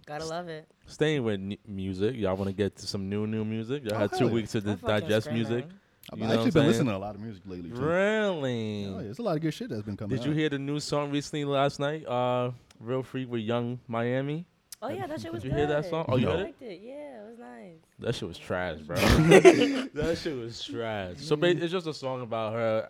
Speaker 6: Gotta love it.
Speaker 2: Staying with n- music, y'all want to get to some new new music. Y'all
Speaker 1: Oh,
Speaker 2: had
Speaker 1: hell
Speaker 2: two
Speaker 1: yeah.
Speaker 2: weeks to
Speaker 6: I'm
Speaker 2: di-
Speaker 6: fucking
Speaker 2: digest music.
Speaker 6: screaming.
Speaker 1: I've
Speaker 2: You know
Speaker 1: actually
Speaker 2: what I'm
Speaker 1: been
Speaker 2: saying?
Speaker 1: listening to a lot of music lately. Too.
Speaker 2: Really?
Speaker 1: Oh, yeah, it's a lot of good shit that's been coming.
Speaker 2: Did you
Speaker 1: out.
Speaker 2: hear the new song recently last night? Uh, Real Freak with Young Miami.
Speaker 6: Oh yeah, that shit was
Speaker 2: you
Speaker 6: good.
Speaker 2: hear that song? Oh, you
Speaker 1: No.
Speaker 2: heard
Speaker 6: I
Speaker 2: it?
Speaker 6: liked it. Yeah, it was nice.
Speaker 2: That shit was trash,
Speaker 1: *laughs*
Speaker 2: bro. that shit was trash. So ba- it's just a song about her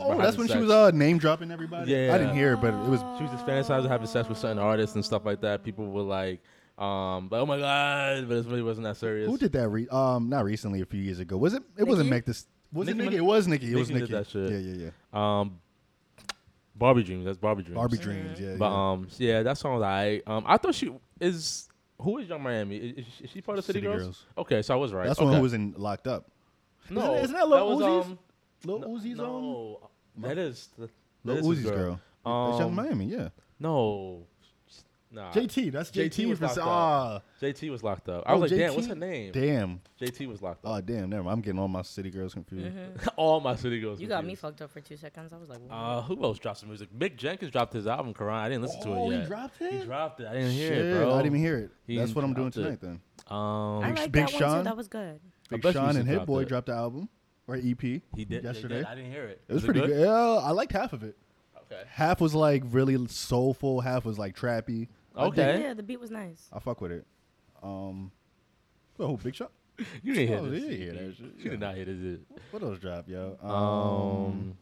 Speaker 1: Mm. Oh,
Speaker 2: about
Speaker 1: that's
Speaker 2: having
Speaker 1: when she
Speaker 2: sex.
Speaker 1: was uh, name dropping everybody.
Speaker 2: Yeah.
Speaker 1: I didn't hear, it, but it was.
Speaker 2: She was just fantasizing having sex with certain artists and stuff like that. People were like, um, like, oh my god, but it really wasn't that serious.
Speaker 1: Who did that? Re- um, not recently, a few years ago. Was it? It wasn't
Speaker 6: Nicki?
Speaker 1: Meg. This was
Speaker 2: Nicki
Speaker 1: it. Nicki?
Speaker 2: Min-
Speaker 1: It was Nicki. It was
Speaker 2: Nicki
Speaker 1: Nicki.
Speaker 2: did that shit.
Speaker 1: Yeah, yeah, yeah.
Speaker 2: Um, Barbie Dreams. That's Barbie Dreams.
Speaker 1: Barbie Dreams. Yeah,
Speaker 2: But
Speaker 1: yeah.
Speaker 2: um, yeah, that song was alright. Um, I thought she is. Who is Young Miami? Is, is she- is she part of City,
Speaker 1: City
Speaker 2: Girls?
Speaker 1: Girls.
Speaker 2: Okay, so I was right.
Speaker 1: that's
Speaker 2: okay.
Speaker 1: one who was in locked up.
Speaker 2: No,
Speaker 1: Isn't that- isn't that Lil Uzi's?
Speaker 2: um,
Speaker 1: Lil Uzi's on.
Speaker 2: no, that is the,
Speaker 1: Lil
Speaker 2: that is his
Speaker 1: Uzi's girl. that's Young
Speaker 2: Um,
Speaker 1: Miami. Yeah.
Speaker 2: No, nah.
Speaker 1: JT. That's JT,
Speaker 2: JT was
Speaker 1: from
Speaker 2: locked up.
Speaker 1: ah.
Speaker 2: JT was locked up. I was like,
Speaker 1: JT?
Speaker 2: damn, what's her name?
Speaker 1: Oh, Damn.
Speaker 2: JT was locked up.
Speaker 1: Oh damn. Never. mind. I'm getting all my city girls confused.
Speaker 2: *laughs* All my City Girls.
Speaker 6: You got me
Speaker 2: confused.
Speaker 6: fucked up for two seconds. I was like, what?
Speaker 2: Oh. Uh, who else dropped some music? Mick Jenkins dropped his album, Quran. I didn't listen to
Speaker 1: Oh,
Speaker 2: it
Speaker 1: he
Speaker 2: yet.
Speaker 1: dropped it?
Speaker 2: He dropped it. I didn't hear
Speaker 1: Shit,
Speaker 2: it, bro.
Speaker 1: I didn't even hear it.
Speaker 2: He
Speaker 1: That's what I'm doing
Speaker 2: dropped it.
Speaker 1: tonight. Then
Speaker 2: Um,
Speaker 6: I
Speaker 1: Big-
Speaker 6: like
Speaker 1: Oh, Big
Speaker 6: that one
Speaker 1: Sean?
Speaker 6: too. That was good.
Speaker 1: Big
Speaker 2: bet you
Speaker 1: Sean
Speaker 2: should
Speaker 1: and Hit
Speaker 2: drop
Speaker 1: Boy
Speaker 2: it.
Speaker 1: dropped the album. or EP.
Speaker 2: He did they did.
Speaker 1: yesterday.
Speaker 2: I didn't hear it.
Speaker 1: It was, pretty good. Yeah, I liked half of it.
Speaker 2: Okay.
Speaker 1: Half was like really soulful. Half was like trappy. I dig-
Speaker 2: Okay.
Speaker 6: Yeah, the beat was nice.
Speaker 1: I fuck with it. Um, oh, Big Shot.
Speaker 2: You didn't hear
Speaker 1: Oh,
Speaker 2: this.
Speaker 1: you didn't hear that
Speaker 2: You
Speaker 1: shit,
Speaker 2: did
Speaker 1: yeah.
Speaker 2: not hear this. shit.
Speaker 1: What else drop, yo? Um,
Speaker 2: Um, Oh,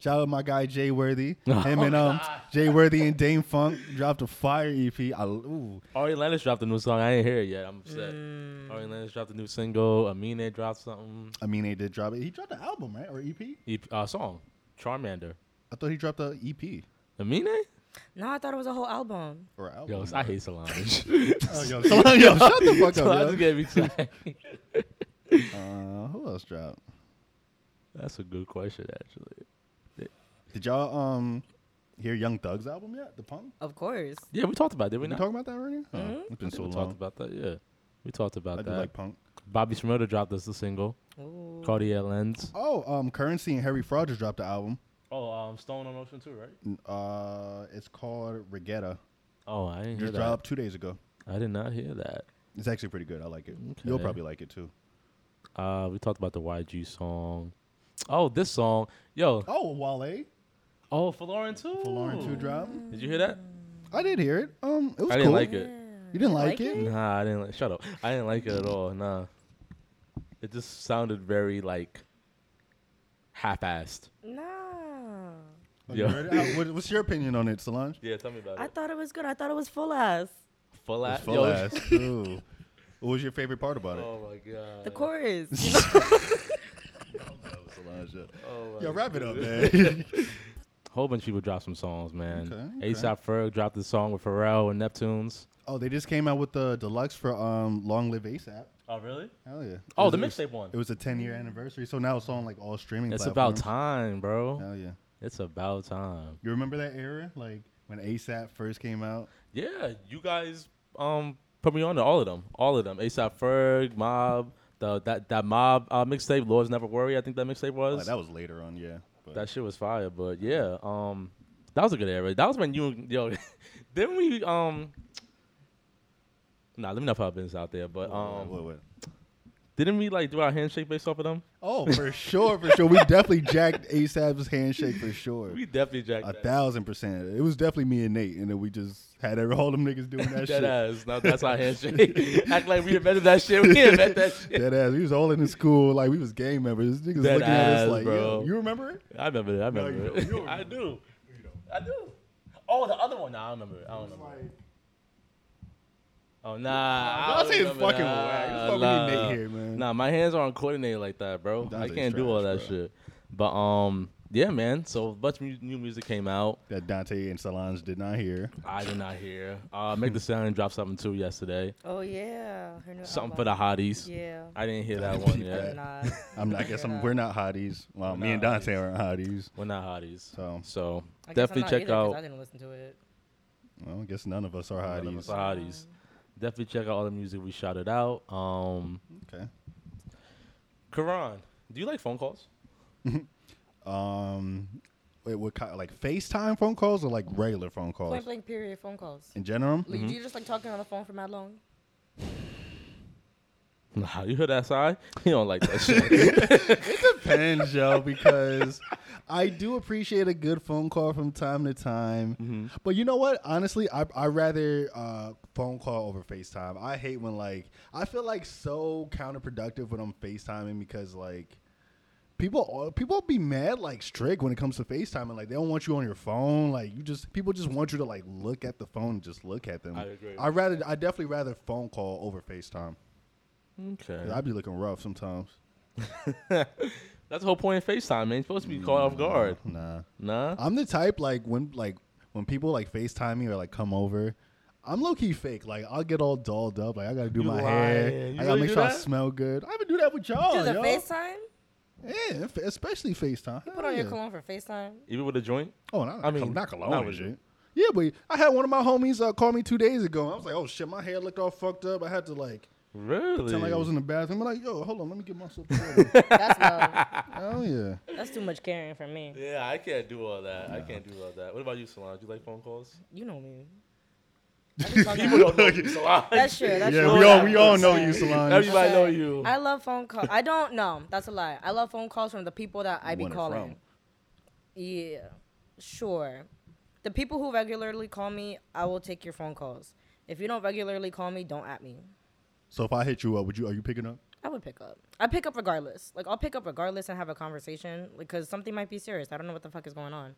Speaker 1: shout out my guy Jay
Speaker 2: *laughs*
Speaker 1: Worthy. Him and um Jay Worthy and Dame Funk dropped a fire EP. I, ooh,
Speaker 2: Ari Lennox dropped a new song. I ain't hear it yet. I'm upset.
Speaker 6: Mm.
Speaker 2: Ari Lennox dropped a new single. Amine dropped something.
Speaker 1: I mean, they did drop it. He dropped an album, right, or E EP?
Speaker 2: He, uh, song. Charmander.
Speaker 1: I thought he dropped a E EP
Speaker 2: Amine?
Speaker 6: No, I thought it was a whole album.
Speaker 1: or album.
Speaker 2: Yo, I hate Solange.
Speaker 1: Oh, *laughs* yo, Solange, yo, shut the *laughs* fuck up.
Speaker 2: Solange
Speaker 1: yo.
Speaker 2: gave me time.
Speaker 1: Uh, who else dropped?
Speaker 2: That's a good question, actually.
Speaker 1: Did y'all um hear Young Thug's album yet? The Punk?
Speaker 6: Of course.
Speaker 2: Yeah, we talked about it, did we
Speaker 1: We
Speaker 2: not?
Speaker 1: talking about that already? Huh, It's been
Speaker 2: I think
Speaker 1: so
Speaker 2: we
Speaker 1: long.
Speaker 2: talked about that, yeah. We talked
Speaker 1: I
Speaker 2: about
Speaker 1: do
Speaker 2: that.
Speaker 1: like Punk.
Speaker 2: Bobby Shmurda dropped us the single,
Speaker 6: Ooh.
Speaker 2: Cartier Lens.
Speaker 1: Oh, um, Currency and Harry Fraud just dropped the album.
Speaker 2: Oh, um, Stone on Ocean too, right?
Speaker 1: Uh, it's called Regatta.
Speaker 2: Oh, I didn't hear
Speaker 1: Just
Speaker 2: that.
Speaker 1: dropped two days ago.
Speaker 2: I did not hear that.
Speaker 1: It's actually pretty good. I like it. You'll
Speaker 2: Okay.
Speaker 1: probably like it too.
Speaker 2: Uh, we talked about the YG song. Oh, this song, yo.
Speaker 1: Oh, Wale
Speaker 2: Oh, for Lauren too.
Speaker 1: for Lauren two drop.
Speaker 2: Did you hear that?
Speaker 1: I did hear it. Um, it was
Speaker 2: I didn't
Speaker 1: cool.
Speaker 2: like it.
Speaker 1: You didn't like,
Speaker 6: Like
Speaker 1: it?
Speaker 2: Nah, I didn't. Like, shut up. I didn't like it at all. Nah. It just sounded very like half-assed.
Speaker 6: Nah.
Speaker 1: Oh, you
Speaker 2: Yeah.
Speaker 1: heard it? Uh, what- what's your opinion on it, Solange?
Speaker 2: Yeah, tell me about
Speaker 6: I thought it was good. I thought it was full ass.
Speaker 2: Full
Speaker 1: It's
Speaker 2: ass.
Speaker 1: full
Speaker 2: yo. *laughs*
Speaker 1: ass. Ooh. What was your favorite part about it?
Speaker 2: Oh my god.
Speaker 1: Uh.
Speaker 6: The chorus.
Speaker 1: *laughs*
Speaker 6: *laughs*
Speaker 1: Solange, yeah.
Speaker 2: Oh my
Speaker 1: Yo, wrap it up, man.
Speaker 2: Whole bunch of people dropped some songs, man.
Speaker 1: Okay, okay.
Speaker 2: ASAP Ferg dropped the song with Pharrell and Neptunes.
Speaker 1: oh, they just came out with the deluxe for um Long Live ASAP.
Speaker 2: Oh really?
Speaker 1: Hell yeah.
Speaker 2: Oh,
Speaker 1: It
Speaker 2: the
Speaker 1: was-
Speaker 2: mixtape one.
Speaker 1: It was a 10 year anniversary, so now it's on like all streaming.
Speaker 2: It's about
Speaker 1: platforms.
Speaker 2: time, bro.
Speaker 1: Hell yeah.
Speaker 2: It's about time.
Speaker 1: You remember that era, like when ASAP first came out?
Speaker 2: Yeah, you guys um put me on to all of them. All of them. ASAP Ferg, Mob, the that that Mob uh, mixtape, Lords Never Worry, I think that mixtape was.
Speaker 1: Like, that was later on, yeah. But
Speaker 2: That shit was fire, but yeah, um, that was a good era. That was when you yo, *laughs* then we um, nah, let me not put our business out there, but um,
Speaker 1: What- what-
Speaker 2: didn't we like do our handshake based off of them?
Speaker 1: Oh, for sure, for sure. We definitely jacked ASAP's handshake for sure.
Speaker 2: We definitely jacked
Speaker 1: A
Speaker 2: that.
Speaker 1: thousand percent. It was definitely me and Nate, and then we just had every- all them niggas doing that, shit.
Speaker 2: Dead ass. Now that's
Speaker 1: *laughs*
Speaker 2: our handshake. *laughs* Act like we invented that *laughs* shit. We invented that shit.
Speaker 1: Dead ass. We was all in the school, like we was gang members. Niggas
Speaker 2: Dead
Speaker 1: looking at us
Speaker 2: ass,
Speaker 1: like,
Speaker 2: bro.
Speaker 1: Yo, you remember it?
Speaker 2: I remember it. I
Speaker 1: No,
Speaker 2: remember
Speaker 1: you
Speaker 2: it.
Speaker 1: don't. You don't
Speaker 2: *laughs* I do. I do. Oh, the other one. Nah, I don't remember it. I don't remember. it. Oh nah.
Speaker 1: Nah, don't say it's
Speaker 2: remember
Speaker 1: fucking
Speaker 2: nah,
Speaker 1: whack. It's fucking
Speaker 2: nah.
Speaker 1: Nate here, man.
Speaker 2: Nah, my hands aren't coordinated like that, bro. I
Speaker 1: Dante's
Speaker 2: can't do all
Speaker 1: trash,
Speaker 2: that
Speaker 1: bro.
Speaker 2: shit. But um, yeah, man. So a bunch of mu- new music came out.
Speaker 1: That Dante and Solange did not hear.
Speaker 2: I did not hear. Uh, Make the Sound dropped something too yesterday.
Speaker 6: oh yeah. Her new
Speaker 2: Something for the hotties.
Speaker 6: Yeah.
Speaker 2: I didn't hear
Speaker 1: I
Speaker 2: that
Speaker 1: didn't
Speaker 2: one
Speaker 1: peep
Speaker 2: yet.
Speaker 1: that. *laughs*
Speaker 6: Nah.
Speaker 1: I'm not, I guess I'm, we're not hotties. Well,
Speaker 2: We're
Speaker 1: me and
Speaker 2: not
Speaker 1: Dante aren't hotties.
Speaker 2: We're not hotties.
Speaker 1: So.
Speaker 2: So, definitely check
Speaker 6: I
Speaker 2: out
Speaker 6: didn't listen to it.
Speaker 1: Well, I guess none of us are
Speaker 2: none of
Speaker 1: hotties.
Speaker 2: us are hotties. Definitely check out all the music we shouted out. Um,
Speaker 1: Okay.
Speaker 2: Karan, do you like phone calls?
Speaker 1: Um, wait, what kind like FaceTime phone calls or like regular phone calls
Speaker 6: Point blank period phone calls.
Speaker 1: in general?
Speaker 6: Like, do you just like talking on the phone for mad long?
Speaker 2: Nah, *laughs* you heard that side? He don't like that shit.
Speaker 1: Depends, yo, because I do appreciate a good phone call from time to time.
Speaker 2: Mm-hmm.
Speaker 1: But you know what? Honestly, I I rather uh, phone call over FaceTime. I hate when like I feel like so counterproductive when I'm FaceTiming because like. People uh, people be mad like strict when it comes to FaceTime and like they don't want you on your phone. Like you just people just want you to like look at the phone and just look at them.
Speaker 2: I agree.
Speaker 1: I rather I definitely rather phone call over FaceTime.
Speaker 2: okay.
Speaker 1: 'Cause I be looking rough sometimes.
Speaker 2: That's the whole point of FaceTime, man. You're supposed to be caught off guard.
Speaker 1: Nah.
Speaker 2: Nah?
Speaker 1: I'm the type like when like when people like FaceTime me or like come over, I'm low key fake. Like I'll get all dolled up. Like I gotta do
Speaker 2: You
Speaker 1: my hair.
Speaker 2: lying. You
Speaker 1: I gotta
Speaker 2: really
Speaker 1: make
Speaker 2: do
Speaker 1: sure I
Speaker 2: that?
Speaker 1: smell good. I would do that with y'all.
Speaker 6: to the
Speaker 1: yo.
Speaker 6: FaceTime?
Speaker 1: Yeah, f- especially FaceTime.
Speaker 6: Put
Speaker 1: Hell
Speaker 6: on your
Speaker 1: Oh, yeah.
Speaker 6: cologne for FaceTime.
Speaker 2: Even with a joint?
Speaker 1: Oh, not,
Speaker 2: I
Speaker 1: I
Speaker 2: mean,
Speaker 1: mean, not cologne
Speaker 2: not
Speaker 1: and
Speaker 2: with
Speaker 1: shit.
Speaker 2: you.
Speaker 1: Yeah, but I had one of my homies uh, call me two days ago. And I was like, oh shit, my hair looked all fucked up. I had to like
Speaker 2: Really?
Speaker 1: pretend like I was in the bathroom. I'm like, yo, hold on, let me get myself. *laughs* together.
Speaker 6: That's love.
Speaker 1: Hell yeah.
Speaker 6: *laughs* That's too much caring for me.
Speaker 1: *laughs*
Speaker 2: yeah, I can't do all that. I can't do all that. What about you, Solange? You like phone calls?
Speaker 6: You know me. I just love
Speaker 2: People don't
Speaker 6: that.
Speaker 2: know
Speaker 1: *laughs*
Speaker 2: you, Solange.
Speaker 6: That's true. That's
Speaker 1: Yeah,
Speaker 6: true.
Speaker 1: we all we all
Speaker 6: That's
Speaker 1: know
Speaker 6: true.
Speaker 1: you, Solange.
Speaker 2: Everybody know
Speaker 6: Okay.
Speaker 2: you.
Speaker 6: I love phone calls. I don't know. That's a lie. I love phone calls from the people that I be
Speaker 1: Wanted
Speaker 6: calling.
Speaker 1: from.
Speaker 6: Yeah, sure. The people who regularly call me, I will take your phone calls. If you don't regularly call me, don't at me.
Speaker 1: So if I hit you up, would you are you picking up?
Speaker 6: I would pick up. I pick up regardless. Like I'll pick up regardless and have a conversation because something might be serious. I don't know what the fuck is going on.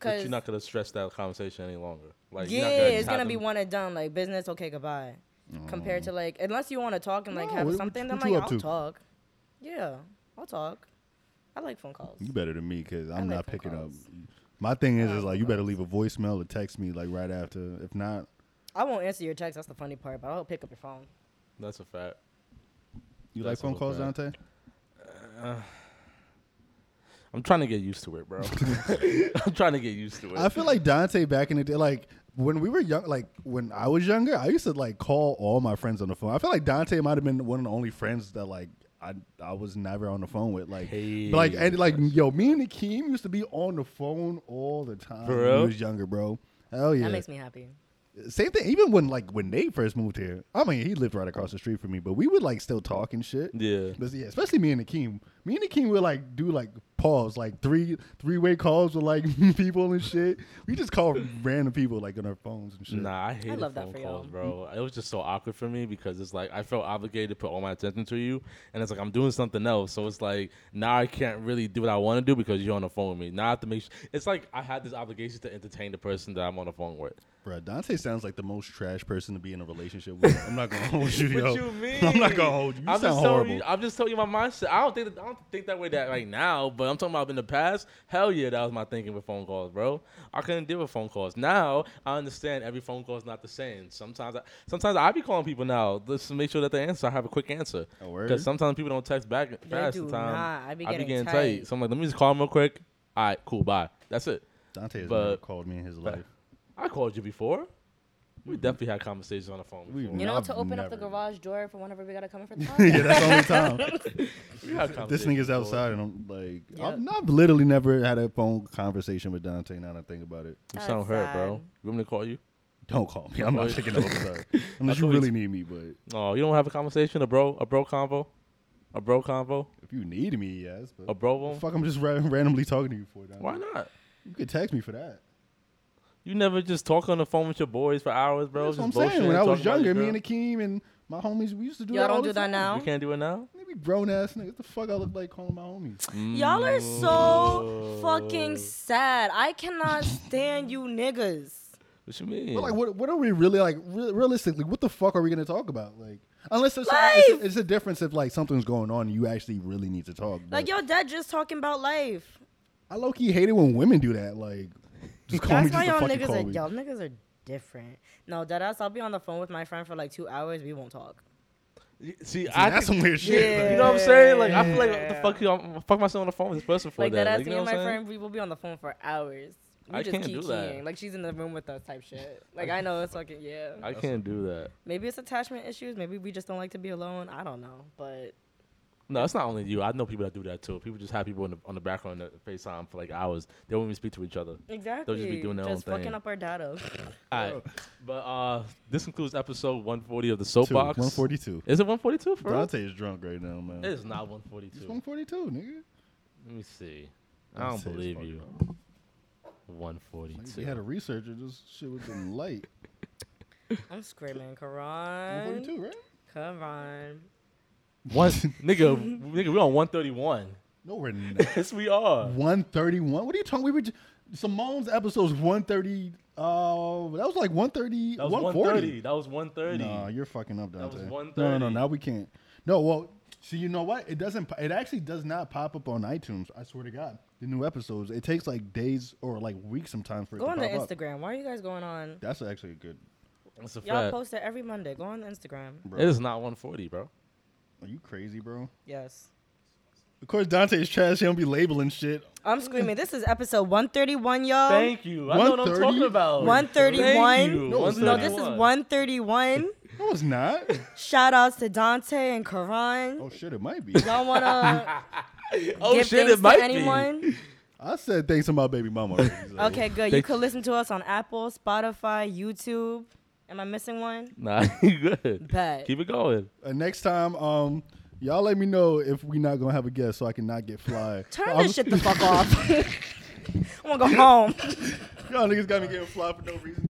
Speaker 2: But
Speaker 6: Cause
Speaker 2: you're not gonna stress that conversation any longer. Like you're
Speaker 6: yeah,
Speaker 2: not
Speaker 6: it's
Speaker 2: just have
Speaker 6: gonna be
Speaker 2: them-
Speaker 6: one and done. Like business, okay, goodbye. Compared
Speaker 2: Oh.
Speaker 6: to like unless you want to talk and like
Speaker 1: No,
Speaker 6: have
Speaker 1: what-
Speaker 6: something,
Speaker 1: what
Speaker 6: then
Speaker 1: you
Speaker 6: like
Speaker 1: up
Speaker 6: I'll
Speaker 1: to?
Speaker 6: talk. Yeah, I'll talk. I like phone calls.
Speaker 1: You better than me because I'm
Speaker 6: like
Speaker 1: not
Speaker 6: phone
Speaker 1: picking
Speaker 6: calls.
Speaker 1: up. My thing is,
Speaker 6: I
Speaker 1: is
Speaker 6: like
Speaker 1: like you
Speaker 6: phone
Speaker 1: better leave a voicemail or text me like right after. If not,
Speaker 6: I won't answer your text. That's the funny part, but I'll pick up your phone.
Speaker 2: That's a fact.
Speaker 1: you like
Speaker 2: That's
Speaker 1: phone
Speaker 2: a
Speaker 1: calls,
Speaker 2: fact.
Speaker 1: Dante?
Speaker 2: I'm trying to get used to
Speaker 1: *laughs*
Speaker 2: it, bro. *laughs* I'm trying to get used to it.
Speaker 1: I feel like Dante back in the day, like when we were young, like when I was younger, I used to like call all my friends on the phone. I feel like Dante might have been one of the only friends that like I I was never on the phone with. Like,
Speaker 2: Hey,
Speaker 1: but, like and like yo, me and Akeem used to be on the phone all the time.
Speaker 2: For
Speaker 1: When
Speaker 2: real?
Speaker 1: we was younger, bro. Hell yeah.
Speaker 6: That makes me happy.
Speaker 1: Same thing. Even when like when Nate first moved here, I mean he lived right across the street from me, but we would like still talk and shit.
Speaker 2: Yeah.
Speaker 1: But yeah, especially me and Akeem. Me and Akeem would like do like pause, like three three way calls with like *laughs* people and shit. We just call random people like on our phones and shit.
Speaker 2: Nah, I hate
Speaker 6: love that
Speaker 2: phone
Speaker 6: for
Speaker 2: calls,
Speaker 6: y'all.
Speaker 2: bro. It was just so awkward for me because it's like I felt obligated to put all my attention to you, and it's like I'm doing something else. So it's like now I can't really do what I want to do because you're on the phone with me. Now I have to make. Sh- it's like I had this obligation to entertain the person that I'm on the phone with.
Speaker 1: Bruh, Dante sounds like the most trash person to be in a relationship with. I'm not gonna hold you, yo.
Speaker 2: *laughs* What you mean?
Speaker 1: *laughs* I'm not gonna hold you. You
Speaker 2: I'm
Speaker 1: sound
Speaker 2: just telling
Speaker 1: horrible.
Speaker 2: you, I'm just telling you my mindset. I don't think that, I don't think that way that right now, but I'm talking about in the past. Hell yeah, that was my thinking with phone calls, bro. I couldn't deal with phone calls. Now I understand every phone call is not the same. Sometimes, I, sometimes I be calling people now just to make sure that they answer. I have a quick answer
Speaker 1: Oh, word?
Speaker 2: because sometimes people don't text back fast.
Speaker 6: do
Speaker 2: sometimes
Speaker 6: not. I be getting
Speaker 2: getting
Speaker 6: tight.
Speaker 2: So I'm like, let me just call them real quick. All right, cool, bye. That's it.
Speaker 1: Dante has
Speaker 2: But-
Speaker 1: never called me in his life. *laughs*
Speaker 2: I called you before. We definitely had conversations on the phone.
Speaker 1: Mm-hmm. We-
Speaker 2: Before.
Speaker 6: You know
Speaker 1: I've
Speaker 6: to open up the
Speaker 1: never-
Speaker 6: garage door for whenever we gotta come
Speaker 1: *laughs*
Speaker 6: in for the
Speaker 1: yeah,
Speaker 6: podcast.
Speaker 1: that's the only time.
Speaker 2: We had
Speaker 1: this
Speaker 2: conversations
Speaker 1: nigga's
Speaker 2: before.
Speaker 1: outside, and I'm like, I've,
Speaker 6: Yeah.
Speaker 1: I've literally never had a phone conversation with Dante. Now that I think about it,
Speaker 2: You
Speaker 6: That's
Speaker 2: sound hurt, bro.
Speaker 6: sad.
Speaker 2: You want me to call you?
Speaker 1: don't call me. I'm not
Speaker 2: Right.
Speaker 1: picking up. I'm
Speaker 2: *laughs*
Speaker 1: sorry. Unless
Speaker 2: I
Speaker 1: you
Speaker 2: thought
Speaker 1: really need me, but
Speaker 2: Oh, you don't have a conversation, a bro, a bro convo, a bro convo,
Speaker 1: if you need me, yes. But
Speaker 2: a bro one.
Speaker 1: fuck, I'm just ra- randomly talking to you for that.
Speaker 2: Why not?
Speaker 1: You could text me for that.
Speaker 2: You never just talk on the phone with your boys for hours, bro.
Speaker 1: That's what I'm
Speaker 2: just
Speaker 1: saying.
Speaker 2: bullshitting,
Speaker 1: When I was
Speaker 2: talking about
Speaker 1: younger,
Speaker 2: your
Speaker 1: me
Speaker 2: girl.
Speaker 1: and Akeem and my homies, we used to do
Speaker 6: Y'all
Speaker 1: that. all
Speaker 6: don't
Speaker 1: the
Speaker 6: do that
Speaker 1: time.
Speaker 6: now.
Speaker 2: You can't do it now.
Speaker 1: They be grown ass niggas. The fuck I look like calling my homies.
Speaker 6: Y'all are
Speaker 2: Mm.
Speaker 6: so fucking sad. I cannot stand you niggas.
Speaker 2: What you mean?
Speaker 1: But like, what what are we really like? Re- realistically, what the fuck are we gonna talk about? Like, unless there's it's,
Speaker 6: Life!
Speaker 1: it's a difference if like something's going on, and you actually really need to talk. but-
Speaker 6: Like your dad just talking about life.
Speaker 1: I low key hate it when women do that. Like, just call me
Speaker 6: That's
Speaker 1: just
Speaker 6: why
Speaker 1: to
Speaker 6: y'all
Speaker 1: fucking
Speaker 6: niggas
Speaker 1: call
Speaker 6: are
Speaker 1: me.
Speaker 6: y'all niggas are different. No, deadass, I'll be on the phone with my friend for like two hours. We won't talk.
Speaker 2: Y- See, I
Speaker 1: that's
Speaker 2: think-
Speaker 1: some weird shit.
Speaker 6: Yeah.
Speaker 2: You know what I'm saying? Like, I feel like what the fuck you, I'm, fuck myself on the phone with this person for
Speaker 6: Like
Speaker 2: that.
Speaker 6: deadass,
Speaker 2: Like, you
Speaker 6: me
Speaker 2: know
Speaker 6: and
Speaker 2: what
Speaker 6: my
Speaker 2: I'm saying?
Speaker 6: friend, we will be on the phone for hours. We
Speaker 2: I
Speaker 6: just
Speaker 2: can't
Speaker 6: keep
Speaker 2: do that.
Speaker 6: keying. Like she's in the room with us
Speaker 2: *laughs*
Speaker 6: type shit. Like I know it's fucking yeah.
Speaker 2: I can't do that.
Speaker 6: Maybe it's attachment issues. Maybe we just don't like to be alone. I don't know. But
Speaker 2: No, it's not only you. I know people that do that too. People just have people in the, on the background that FaceTime for like hours. They won't even speak to each other.
Speaker 6: exactly,
Speaker 2: doing their own
Speaker 6: just fucking
Speaker 2: thing.
Speaker 6: up our data. *laughs*
Speaker 2: All right. But uh, this concludes episode 140 of the
Speaker 1: Two,
Speaker 2: Soapbox.
Speaker 1: 142.
Speaker 2: Is it 142 for real?
Speaker 1: Dante is drunk right now, man.
Speaker 2: It is not
Speaker 1: It's
Speaker 2: 142.
Speaker 1: 142, nigga.
Speaker 2: Let me see.
Speaker 1: Dante
Speaker 2: I don't
Speaker 1: is
Speaker 2: believe
Speaker 1: fucking
Speaker 2: you.
Speaker 1: drunk. Like, if we
Speaker 2: 142.
Speaker 1: had a researcher. This shit would have been
Speaker 6: *laughs*
Speaker 1: light.
Speaker 6: I'm screaming, Karan,
Speaker 1: 142, right?
Speaker 6: Karan.
Speaker 2: One nigga, nigga, we on 131.
Speaker 1: *laughs* No, we're not.
Speaker 2: Yes, we are.
Speaker 1: 131. What are you talking? We were just, Simone's episode's 130. Uh, that was like 130.
Speaker 2: That was 130.
Speaker 1: 140.
Speaker 2: That was 130.
Speaker 1: No, you're fucking up, Dante.
Speaker 2: was
Speaker 1: No, no, no.
Speaker 2: 130.
Speaker 1: Now we can't. No, well, see, you know what? It doesn't. po- It actually does not pop up on iTunes. I swear to God, the new episodes. It takes like days or like weeks sometimes for it
Speaker 6: Go
Speaker 1: to
Speaker 6: on the
Speaker 1: pop up.
Speaker 6: Instagram. Why are you guys going on?
Speaker 1: That's actually a good.
Speaker 2: That's a
Speaker 6: Y'all
Speaker 2: fact.
Speaker 6: post it every Monday. Go on the Instagram.
Speaker 1: Bro.
Speaker 2: It is not 140, bro.
Speaker 1: Are you crazy, bro?
Speaker 6: Yes.
Speaker 1: Of course, Dante is trash. He don't be labeling shit.
Speaker 6: I'm screaming. This is episode 131, y'all.
Speaker 2: Thank you. I know what I'm
Speaker 1: 130?
Speaker 2: talking about.
Speaker 6: 131?
Speaker 2: Oh, Thank you.
Speaker 1: No, it's
Speaker 6: No, this is
Speaker 2: 131.
Speaker 6: 131.
Speaker 1: No, it's
Speaker 6: *laughs*
Speaker 1: not.
Speaker 6: Shout outs to Dante and Karan.
Speaker 1: oh shit, it might be.
Speaker 6: Y'all wanna
Speaker 2: *laughs* Oh
Speaker 6: give
Speaker 2: shit,
Speaker 6: things
Speaker 2: it might
Speaker 6: to anyone?
Speaker 1: I said
Speaker 6: *laughs*
Speaker 1: thanks to my baby mama. already, so.
Speaker 6: Okay, good.
Speaker 2: They-
Speaker 6: You could listen to us on Apple, Spotify, YouTube. Am I missing one?
Speaker 2: Nah, *laughs* you good.
Speaker 6: Bet.
Speaker 2: Keep it going.
Speaker 1: Uh, next time, um, y'all let me know if we not gonna have a guest so I can not get fly.
Speaker 6: Turn
Speaker 1: I'm- *laughs*
Speaker 6: this shit the fuck off. *laughs* I wanna go home.
Speaker 2: *laughs*
Speaker 1: Y'all niggas got me getting fly for no reason.